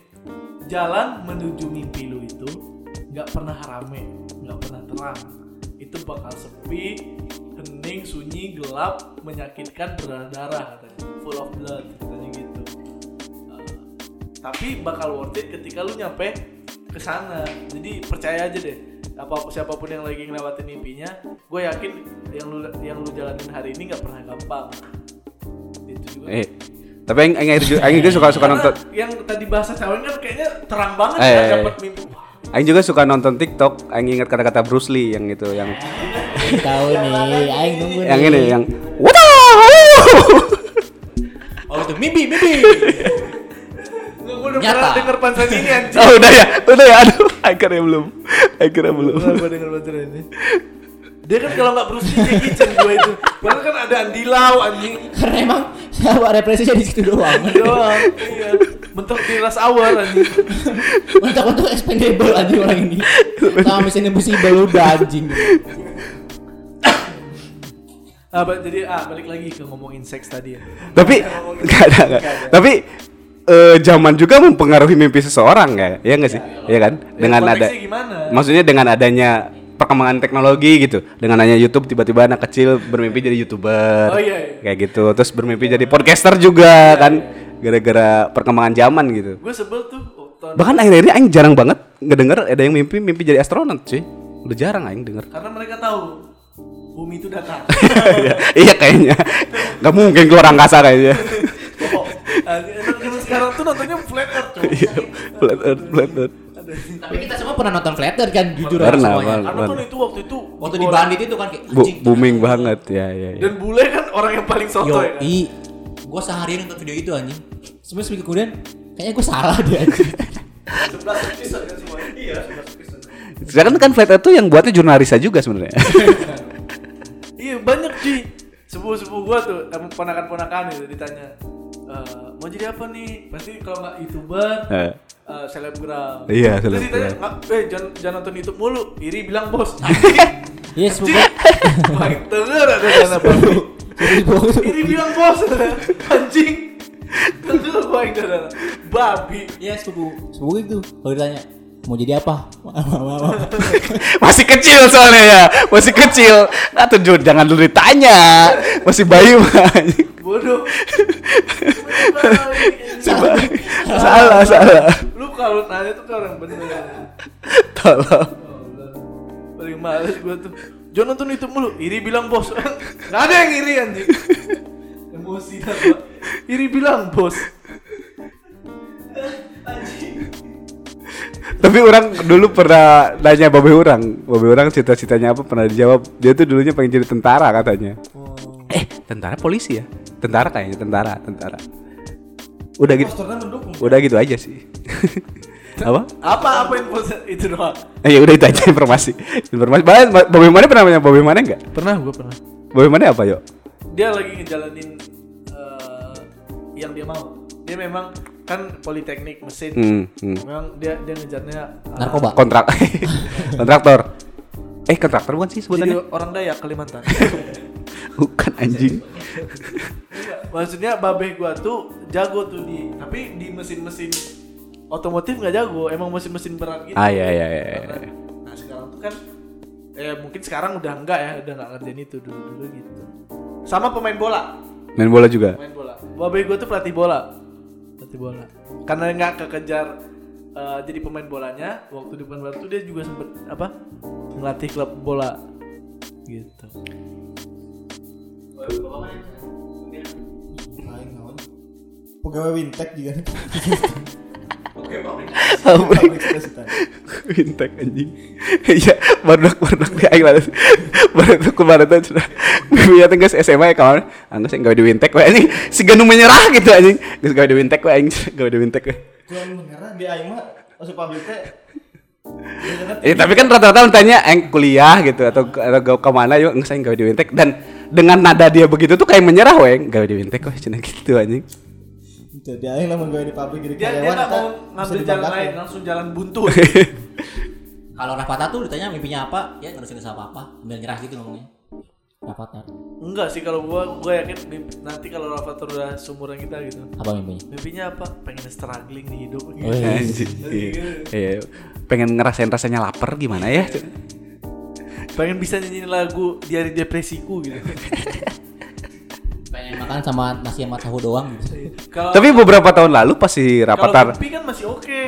Speaker 3: jalan menuju mimpi lu itu nggak pernah rame nggak pernah terang itu bakal sepi hening sunyi gelap menyakitkan berdarah darah katanya full of blood katanya gitu Uh, tapi bakal worth it ketika lu nyampe ke sana jadi percaya aja deh apa siapapun yang lagi ngelewatin mimpinya gue yakin yang lu yang lu jalanin hari ini nggak pernah gampang itu juga
Speaker 2: Eh Tapi aing aing aing juga- aing juga suka suka
Speaker 3: karena
Speaker 2: nonton
Speaker 3: yang tadi bahasa cawen kan kayaknya terang banget
Speaker 2: Eh,
Speaker 3: ya
Speaker 2: eh,
Speaker 3: dapat
Speaker 2: eh.
Speaker 3: mimpi Wah,
Speaker 2: Aing juga suka nonton TikTok Aing ingat kata-kata Bruce Lee yang itu yang
Speaker 1: Tahu nih, aing nunggu nih.
Speaker 2: yang ini yang What the-
Speaker 1: Oh itu mimpi, mimpi.
Speaker 3: gua gua udah
Speaker 1: Nyata.
Speaker 3: pernah denger pansan ini anjing
Speaker 2: <laughs> Oh udah ya udah ya aduh <laughs> akhirnya belum akhirnya belum <laughs>
Speaker 3: Gua- gua denger pansan ini dia kan kalau nggak berusaha kayak kitchen gue itu padahal kan ada andilau anjing
Speaker 1: Karena emang sama represinya di situ doang.
Speaker 3: doang iya bentuk tiras awal anjing
Speaker 1: Untuk-untuk expendable aja orang ini. Sama mesin impossible udah anjing.
Speaker 3: ah, ba- jadi ah balik lagi ke ngomongin seks tadi ya
Speaker 2: Tapi nggak ada nggak. Tapi eh, zaman juga mempengaruhi mimpi seseorang ya, ya nggak sih, ya kan? Dengan ada,
Speaker 3: konteksnya gimana?
Speaker 2: maksudnya dengan adanya perkembangan teknologi gitu, dengan adanya YouTube tiba-tiba anak kecil bermimpi jadi youtuber,
Speaker 3: Oh, iya, iya.
Speaker 2: kayak gitu, terus bermimpi jadi podcaster juga kan, gara-gara perkembangan zaman gitu.
Speaker 3: gue sebel tuh waktu-
Speaker 2: Bahkan akhir-akhir ini Aing jarang banget ngedenger ada yang mimpi mimpi jadi astronot sih, udah jarang Aing denger. <laughs>
Speaker 3: karena mereka tahu bumi itu datang
Speaker 2: Iya, iya kayaknya, nggak mungkin keluar angkasa kayaknya. <laughs>
Speaker 3: Ah, anak-anak sekarang tuh nontonnya flat earth
Speaker 2: Iya,
Speaker 3: cowok
Speaker 2: flat earth, flat earth.
Speaker 1: Tapi kita semua pernah nonton Flatter kan, jujur aja
Speaker 2: Pernah,
Speaker 1: semuanya.
Speaker 2: pernah.
Speaker 3: karena kan itu waktu itu
Speaker 1: Waktu di bandit itu kan kayak
Speaker 2: Bu,
Speaker 1: anjing.
Speaker 2: booming banget ya ya. ya.
Speaker 3: dan bule kan orang yang paling
Speaker 1: Yo,
Speaker 3: soto ya
Speaker 2: iya.
Speaker 3: kan?
Speaker 1: i, gue seharian nonton video itu anjing. Sebenarnya seminggu kemudian, kayaknya gue salah deh anjing.
Speaker 3: Sebelas episode kan semuanya. Iya, sebelas episode.
Speaker 2: Sedangkan kan Flat Earth tuh yang buatnya jurnalisa juga sebenarnya. <laughs>
Speaker 3: Iya banyak cuy. Sepupu-sepupu gua tuh, emang ponakan-ponakan itu ditanya. "Eh, mau jadi apa nih? Pasti kalau nggak youtuber,
Speaker 2: Eh.
Speaker 3: eh, selebgram.
Speaker 2: Iya,
Speaker 3: Terus
Speaker 2: selebgram.
Speaker 3: ditanya, "Nggak, eh jangan, jangan nonton YouTube mulu. Iri bilang
Speaker 2: <laughs>
Speaker 3: bos. Anjing.
Speaker 1: Yes,
Speaker 3: Anjing. <laughs> Baik denger ada sana baru. Iri bilang bos. Anjing. Denger baik denger. Babi.
Speaker 1: Iya sepupu sepupu itu kalau ditanya mau jadi apa <laughs>
Speaker 2: Masih kecil soalnya ya. Masih kecil. Nah, tuh Jun, jangan dulu ditanya. Masih bayi <laughs> mah.
Speaker 3: Bodoh.
Speaker 2: salah, salah.
Speaker 3: Lu kalau nanya tuh ke orang bener.
Speaker 2: Tolong.
Speaker 3: paling males gue tuh jangan nonton YouTube mulu iri bilang bos nggak ada yang iri anjing emosi dah gua. iri bilang bos
Speaker 2: Tapi orang dulu pernah nanya babe orang, babe orang cita-citanya apa pernah dijawab. Dia tuh dulunya pengen jadi tentara katanya. Eh, tentara polisi ya? Tentara kayaknya, tentara, tentara. Udah gitu.
Speaker 3: posternya mendukung
Speaker 2: Udah gitu aja sih. apa?
Speaker 3: apa apa yang poster itu doang
Speaker 2: Eh, ya udah itu aja informasi. Informasi. Bahas babe mana pernah nanya babe mana enggak?
Speaker 3: pernah gue pernah
Speaker 2: Babe mana apa, yuk?
Speaker 3: dia lagi ngejalanin eh, yang dia mau dia memang kan politeknik mesin
Speaker 2: Hmm, hmm.
Speaker 3: memang dia dia ngejarnya eh,
Speaker 1: narkoba
Speaker 2: Kontrak. <laughs> Kontraktor. Eh, kontraktor bukan sih
Speaker 3: jadi
Speaker 2: sebutannya?
Speaker 3: orang Dayak Kalimantan
Speaker 2: Bukan anjing.
Speaker 3: Iya, maksudnya babeh gua tuh jago tuh di tapi di mesin-mesin otomotif nggak jago emang mesin-mesin berat gitu
Speaker 2: Ah, iya, iya, iya,
Speaker 3: Karena-
Speaker 2: iya.
Speaker 3: nah sekarang tuh kan eh mungkin sekarang udah enggak ya udah nggak ngerjain itu dulu dulu gitu sama pemain bola
Speaker 2: Main bola juga.
Speaker 3: pemain bola babeh gua tuh pelatih bola pelatih bola karena nggak kekejar eh, jadi pemain bolanya waktu di pemain bola tuh dia juga sempet apa ngelatih klub bola gitu
Speaker 4: Lain naon. Pegawai Wintek juga nih. Pabrik kesehatan.
Speaker 2: Wintek anjing. Iya, barudak barudak di aing lalu. Barudak kemarin tuh sudah punya tenggas SMA ya kawan. Angga sih gawe di Wintek we anjing. Si Ganu menyerah gitu anjing. Geus gawe di Wintek we anjing, gawe di Wintek we.
Speaker 4: Kurang mengerah di aing mah masuk pabrik teh. Ya, kan?
Speaker 2: Ya, tapi kan rata-rata ditanya eng kuliah gitu atau atau gawe ke mana yuk nggak gawe di Wintek dan dengan nada dia begitu tuh kayak menyerah weng gawe di Wintek we cina gitu anjing.
Speaker 4: Itu di aing lah menggawe di pabrik jadi
Speaker 3: dia dia nggak
Speaker 4: karyawan. kan
Speaker 3: mau
Speaker 4: bisa
Speaker 3: ngambil jalan
Speaker 4: dibanggakan.
Speaker 3: lain langsung jalan buntu
Speaker 1: kalau Rafata tuh ditanya mimpinya apa ya nggak usah apa apa ambil nyerah gitu ngomongnya Rafata
Speaker 3: <laughs> Enggak sih kalau gua gua yakin mimpi- nanti kalau Rafathar udah seumuran kita gitu.
Speaker 1: apa mimpinya
Speaker 3: Mimpinya apa? Pengen struggling di hidup gitu.
Speaker 1: Oh, iya.
Speaker 2: Anjing. Iya. Iya. Pengen ngerasain rasanya lapar gimana ya?
Speaker 3: Pengen bisa nyanyiin lagu Diari Depresiku gitu.
Speaker 1: pengen makan sama nasi sama tahu doang gitu.
Speaker 3: Kalau
Speaker 2: Tapi beberapa tahun lalu pas si
Speaker 3: kalau
Speaker 2: Rapatar
Speaker 3: mimpi kan masih oke.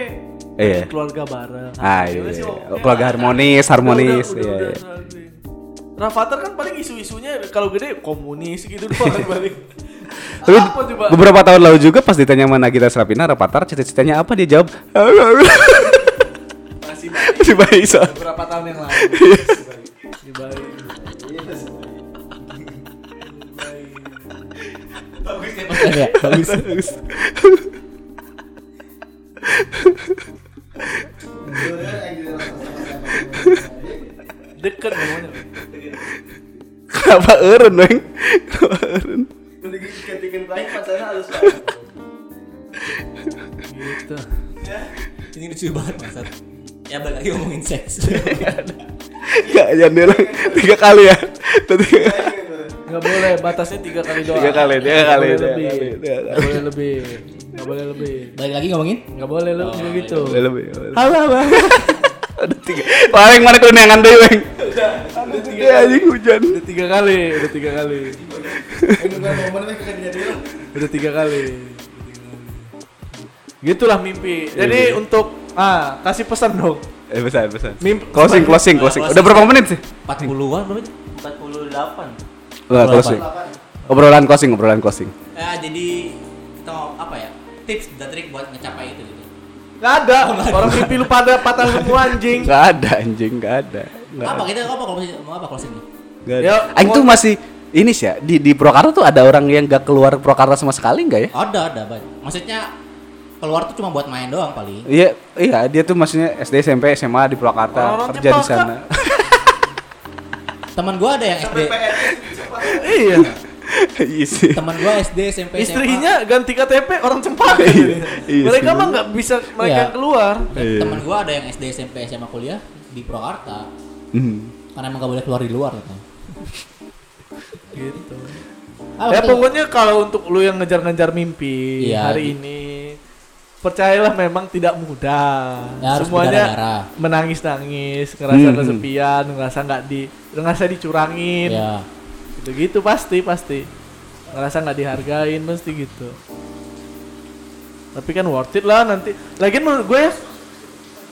Speaker 2: Iya.
Speaker 3: Keluarga bareng.
Speaker 2: Ah,
Speaker 3: Hasilnya
Speaker 2: iya.
Speaker 3: sih oke
Speaker 2: Keluarga
Speaker 3: lah.
Speaker 2: harmonis, harmonis,
Speaker 3: Udah, udah,
Speaker 2: iya,
Speaker 3: udah,
Speaker 2: iya.
Speaker 3: struggling. Rafathar kan paling isu-isunya kalau gede komunis gitu doang kan paling.
Speaker 2: <laughs> Tapi
Speaker 3: apa coba?
Speaker 2: beberapa tahun lalu juga pas ditanya sama Nagita Slavina Rapatar cita-citanya apa dia jawab <laughs>
Speaker 3: Masih banyak.
Speaker 2: si bayi so.
Speaker 3: beberapa tahun yang lalu di Bali
Speaker 2: Iya,
Speaker 1: ya bagus
Speaker 2: <laughs>
Speaker 3: deket namanya
Speaker 2: Kenapa eren neng? <laughs> Kenapa eren?
Speaker 3: gitu
Speaker 1: ini lucu banget Bangsat. ya balik lagi ngomongin seks <laughs>
Speaker 2: Ya jangan bilang tiga kali ya. Tadi
Speaker 3: nggak boleh batasnya tiga kali doang
Speaker 2: Tiga kali, tiga
Speaker 3: Nggak
Speaker 2: kali,
Speaker 3: boleh
Speaker 2: tiga
Speaker 3: lebih.
Speaker 2: kali, tiga kali.
Speaker 3: nggak boleh lebih nggak boleh lebih
Speaker 1: balik lagi ngomongin
Speaker 3: nggak boleh lu nggak gitu
Speaker 2: Udah lebih. Halo halo. <laughs> Ada tiga. Paling mana kuningan deh weng. Udah Eh, anjing hujan.
Speaker 3: udah tiga kali udah tiga kali
Speaker 4: Eh, bukan momen teh kejadian dia.
Speaker 3: udah tiga kali gitulah mimpi
Speaker 2: Iya,
Speaker 3: jadi untuk ah kasih pesan dong
Speaker 2: Eh pesan pesan.
Speaker 3: Mimpi-
Speaker 2: Closing closing closing. Udah berapa menit sih?
Speaker 1: 40-an berapa sih?
Speaker 5: 48
Speaker 2: Wah, closing. Obrolan closing, obrolan closing.
Speaker 1: Eh, jadi kita mau apa ya tips dan trik buat ngecapai itu gitu
Speaker 3: nggak ada orang mimpi lu pada patah semua anjing
Speaker 2: Enggak ada anjing, enggak ada. Nggak
Speaker 1: apa kita apa kalau mau apa closing nih
Speaker 2: Gak
Speaker 3: Ya,
Speaker 2: ada. Aing tuh
Speaker 3: mau-
Speaker 2: masih ini sih ya di di Prokarta tuh ada orang yang gak keluar Prokarta sama sekali nggak ya?
Speaker 1: Ada, ada banyak. Maksudnya keluar tuh cuma buat main doang paling.
Speaker 2: Iya, iya dia tuh maksudnya SD, SMP, SMA di Purwakarta,
Speaker 3: Orang-orang
Speaker 2: kerja di
Speaker 3: Jepang,
Speaker 2: sana.
Speaker 1: Teman gua ada yang SD,
Speaker 3: <laughs> Iya.
Speaker 2: <laughs> Iya sih.
Speaker 1: teman gua SD SMP SMA.
Speaker 3: Istrinya ganti KTP orang cempaka.
Speaker 2: iya
Speaker 3: <laughs> mereka
Speaker 2: sih.
Speaker 3: mah nggak bisa
Speaker 1: Iya.
Speaker 3: mereka keluar.
Speaker 1: Dan teman gua ada yang SD SMP SMA kuliah di Purwakarta
Speaker 2: Hmm.
Speaker 1: karena emang gak boleh keluar di luar katanya.
Speaker 3: Gitu.
Speaker 1: Ah,
Speaker 3: ya
Speaker 1: betul.
Speaker 3: pokoknya kalau untuk lu yang ngejar-ngejar mimpi
Speaker 1: Iya,
Speaker 3: hari ini percayalah memang tidak mudah.
Speaker 1: Ya, harus berdarah-darah.
Speaker 3: Semuanya menangis-nangis, ngerasa
Speaker 2: Hmm.
Speaker 3: kesepian, ngerasa nggak di, ngerasa dicurangin,
Speaker 1: Ya.
Speaker 3: gitu-gitu Gitu, pasti pasti. Ngerasa nggak dihargain mesti gitu. Tapi kan worth it lah nanti. Lagian menurut gue ya,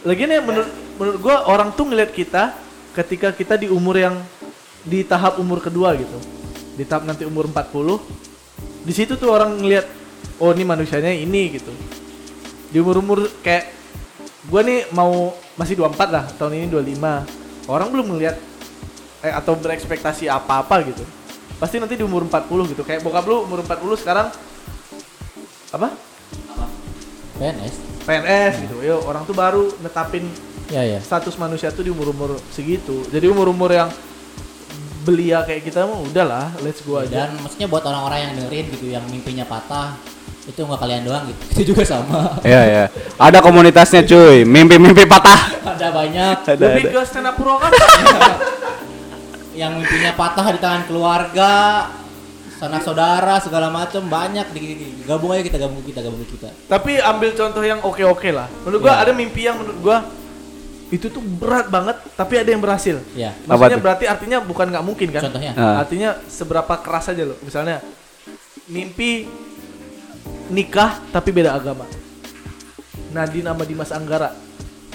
Speaker 3: lagian ya menurut menurut gue orang tuh ngeliat kita ketika kita di umur yang di tahap umur kedua gitu. Di tahap nanti umur 40, di situ tuh orang ngeliat oh ini manusianya ini gitu. Di umur-umur kayak gue nih mau masih 24 lah, tahun ini 25. Orang belum ngeliat eh, atau berekspektasi apa-apa gitu. Pasti nanti di umur 40 gitu. Kayak bokap lu umur 40 sekarang apa?
Speaker 1: PNS.
Speaker 3: PNS gitu. Yo, orang tuh baru netapin
Speaker 1: Ya ya.
Speaker 3: status manusia tuh di umur-umur segitu. Jadi umur-umur yang belia kayak kita mah udahlah, let's go aja.
Speaker 1: Dan maksudnya buat orang-orang yang dengerin gitu yang mimpinya patah itu nggak kalian doang gitu. <laughs> Itu juga sama.
Speaker 2: Iya, iya. Ada komunitasnya cuy, mimpi-mimpi patah.
Speaker 1: ada banyak
Speaker 2: Ada, ada.
Speaker 3: Lebih ke kan? stand up
Speaker 2: <laughs>
Speaker 3: Purwakarta.
Speaker 1: yang mimpinya patah di tangan keluarga, sanak saudara segala macam banyak di, di- di- gabung aja kita gabung kita gabung kita.
Speaker 3: Tapi ambil contoh yang oke-oke lah. Menurut
Speaker 2: Iya.
Speaker 3: gua ada mimpi yang menurut gua itu tuh berat banget, tapi ada yang berhasil.
Speaker 2: Iya.
Speaker 1: Ya.
Speaker 2: Apa
Speaker 3: Maksudnya
Speaker 2: tuh?
Speaker 3: berarti artinya bukan nggak mungkin kan?
Speaker 1: Contohnya?
Speaker 2: Ah.
Speaker 3: Artinya seberapa keras aja loh. Misalnya mimpi nikah tapi beda agama. Nadine sama Dimas Anggara.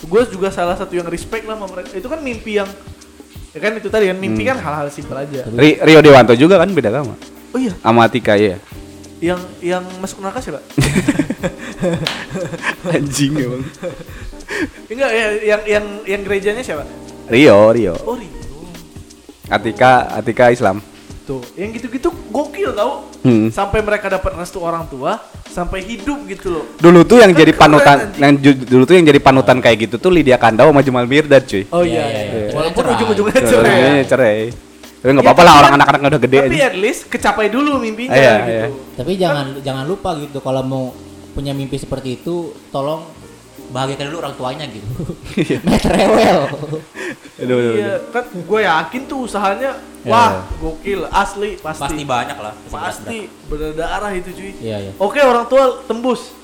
Speaker 3: Gue juga salah satu yang respect lah sama mereka. Itu kan mimpi yang ya kan itu tadi kan mimpi
Speaker 2: Hmm.
Speaker 3: kan hal-hal simpel aja.
Speaker 2: Ri- Rio Dewanto juga kan beda agama.
Speaker 3: Oh iya,
Speaker 2: Sama Atika
Speaker 3: <laughs>
Speaker 2: ya.
Speaker 3: yang yang masuk neraka siapa? <laughs>
Speaker 2: Anjing emang.
Speaker 3: Enggak, ya, yang yang yang gerejanya siapa?
Speaker 2: Rio, Rio.
Speaker 3: Oh Rio.
Speaker 2: Atika, Atika Islam.
Speaker 3: Tuh, yang gitu-gitu gokil tau.
Speaker 2: Hmm.
Speaker 3: Sampai mereka dapat restu orang tua, sampai hidup gitu loh.
Speaker 2: Dulu tuh yang jadi
Speaker 3: Kan keren,
Speaker 2: panutan,
Speaker 3: anjing.
Speaker 2: yang ju- dulu tuh yang jadi panutan kayak gitu tuh Lydia Kandau sama Jamal Mirdad cuy.
Speaker 3: Oh
Speaker 1: Iya,
Speaker 3: iya,
Speaker 1: iya,
Speaker 3: iya,
Speaker 1: iya.
Speaker 3: Walaupun
Speaker 1: Cerai.
Speaker 3: ujung-ujungnya cerai.
Speaker 2: Cerai, cerai. Tapi nggak
Speaker 3: Ya,
Speaker 2: apa-apa lah
Speaker 3: tapi
Speaker 2: orang
Speaker 3: kan-
Speaker 2: anak-anak udah iya, gede
Speaker 3: Tapi
Speaker 2: aja.
Speaker 3: at least kecapai dulu mimpinya
Speaker 2: Iya, iya.
Speaker 3: gitu.
Speaker 1: Tapi jangan jangan lupa gitu kalau mau punya mimpi seperti itu tolong bahagiakan dulu orang tuanya gitu. <laughs> Metrewel.
Speaker 2: Aduh, aduh,
Speaker 3: Iya,
Speaker 2: aduh.
Speaker 3: kan gue yakin tuh usahanya
Speaker 2: Iya.
Speaker 3: wah gokil asli pasti.
Speaker 1: Pasti banyak lah.
Speaker 3: Pasti berdarah itu cuy.
Speaker 1: Iya, iya.
Speaker 3: Oke, orang tua tembus.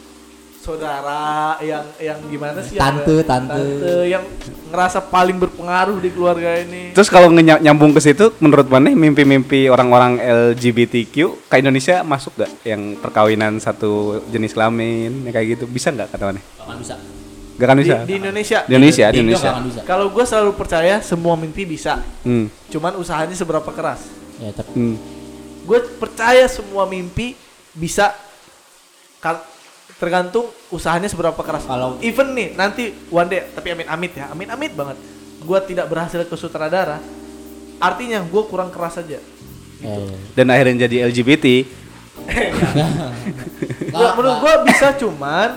Speaker 3: Saudara yang yang gimana sih? yang-
Speaker 1: Tante, tante.
Speaker 3: yang ngerasa paling berpengaruh di keluarga ini.
Speaker 2: Terus kalau ngenya- nyambung ke situ, menurut mana mimpi-mimpi orang-orang LGBTQ ke Indonesia masuk gak? Yang perkawinan satu jenis kelamin, yang kayak gitu. Bisa nggak kata mana?
Speaker 1: Gak bisa.
Speaker 2: Gak kan
Speaker 3: di,
Speaker 2: bisa?
Speaker 3: di Indonesia.
Speaker 2: Di Indonesia, di
Speaker 1: Indo
Speaker 2: Indonesia.
Speaker 1: nggak akan bisa.
Speaker 3: Kalau gue selalu percaya semua mimpi bisa,
Speaker 2: Hmm.
Speaker 3: cuman usahanya seberapa keras.
Speaker 1: Ya, tapi
Speaker 2: Hmm.
Speaker 3: Gue percaya semua mimpi bisa kar- tergantung usahanya seberapa keras.
Speaker 1: Kalau-
Speaker 3: even nih nanti one day, tapi amin amit ya, amin amit banget. Gue tidak berhasil ke sutradara, artinya gue kurang keras aja.
Speaker 1: ya, ya.
Speaker 2: Dan akhirnya jadi LGBT.
Speaker 3: Nggak, menurut gue bisa cuman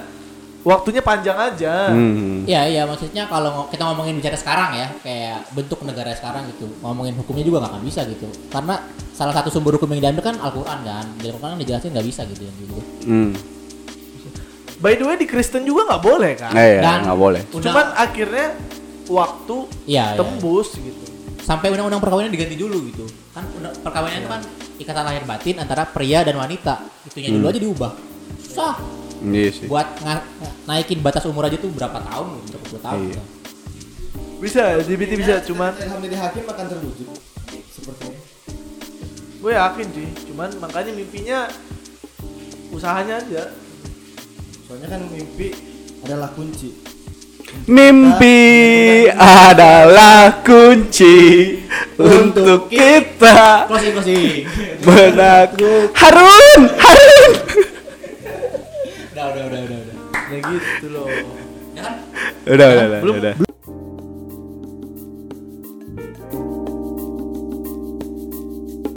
Speaker 3: waktunya panjang aja.
Speaker 2: Hmm.
Speaker 1: Iya iya maksudnya kalau ngo- kita ngomongin bicara sekarang ya kayak bentuk negara sekarang gitu ngomongin hukumnya juga nggak akan bisa gitu karena salah satu sumber hukum yang diambil kan Al-Quran kan di Al-Quran kan dijelasin nggak bisa gitu yang gitu
Speaker 2: Hmm.
Speaker 3: By the way di Kristen juga nggak boleh kan?
Speaker 2: Nah, iya,
Speaker 1: Dan-
Speaker 2: nggak boleh.
Speaker 1: Undang-
Speaker 3: Cuman akhirnya waktu
Speaker 1: Iya, iya.
Speaker 3: tembus gitu.
Speaker 1: sampai undang-undang perkawinan diganti dulu gitu kan undang- perkawinan itu kan ikatan lahir batin antara pria dan wanita itunya dulu aja diubah susah
Speaker 2: Hmm. Iya sih.
Speaker 1: buat nga- naikin batas umur aja tuh berapa tahun gitu, berapa puluh tahun
Speaker 2: Iya.
Speaker 1: gitu.
Speaker 3: Bisa, LGBT bisa cuman
Speaker 4: Ilham dari Kan hakim akan terwujud seperti ini.
Speaker 3: gue yakin sih cuman makanya mimpinya usahanya aja
Speaker 4: Soalnya kan mimpi adalah kunci.
Speaker 2: Mimpi adalah kunci untuk kita
Speaker 1: closing closing
Speaker 2: menakluk Harun, Harun.
Speaker 1: udah udah udah udah udah
Speaker 3: ya gitu loh
Speaker 1: ya kan
Speaker 2: Udah, udah, udah.
Speaker 3: belum-
Speaker 2: udah.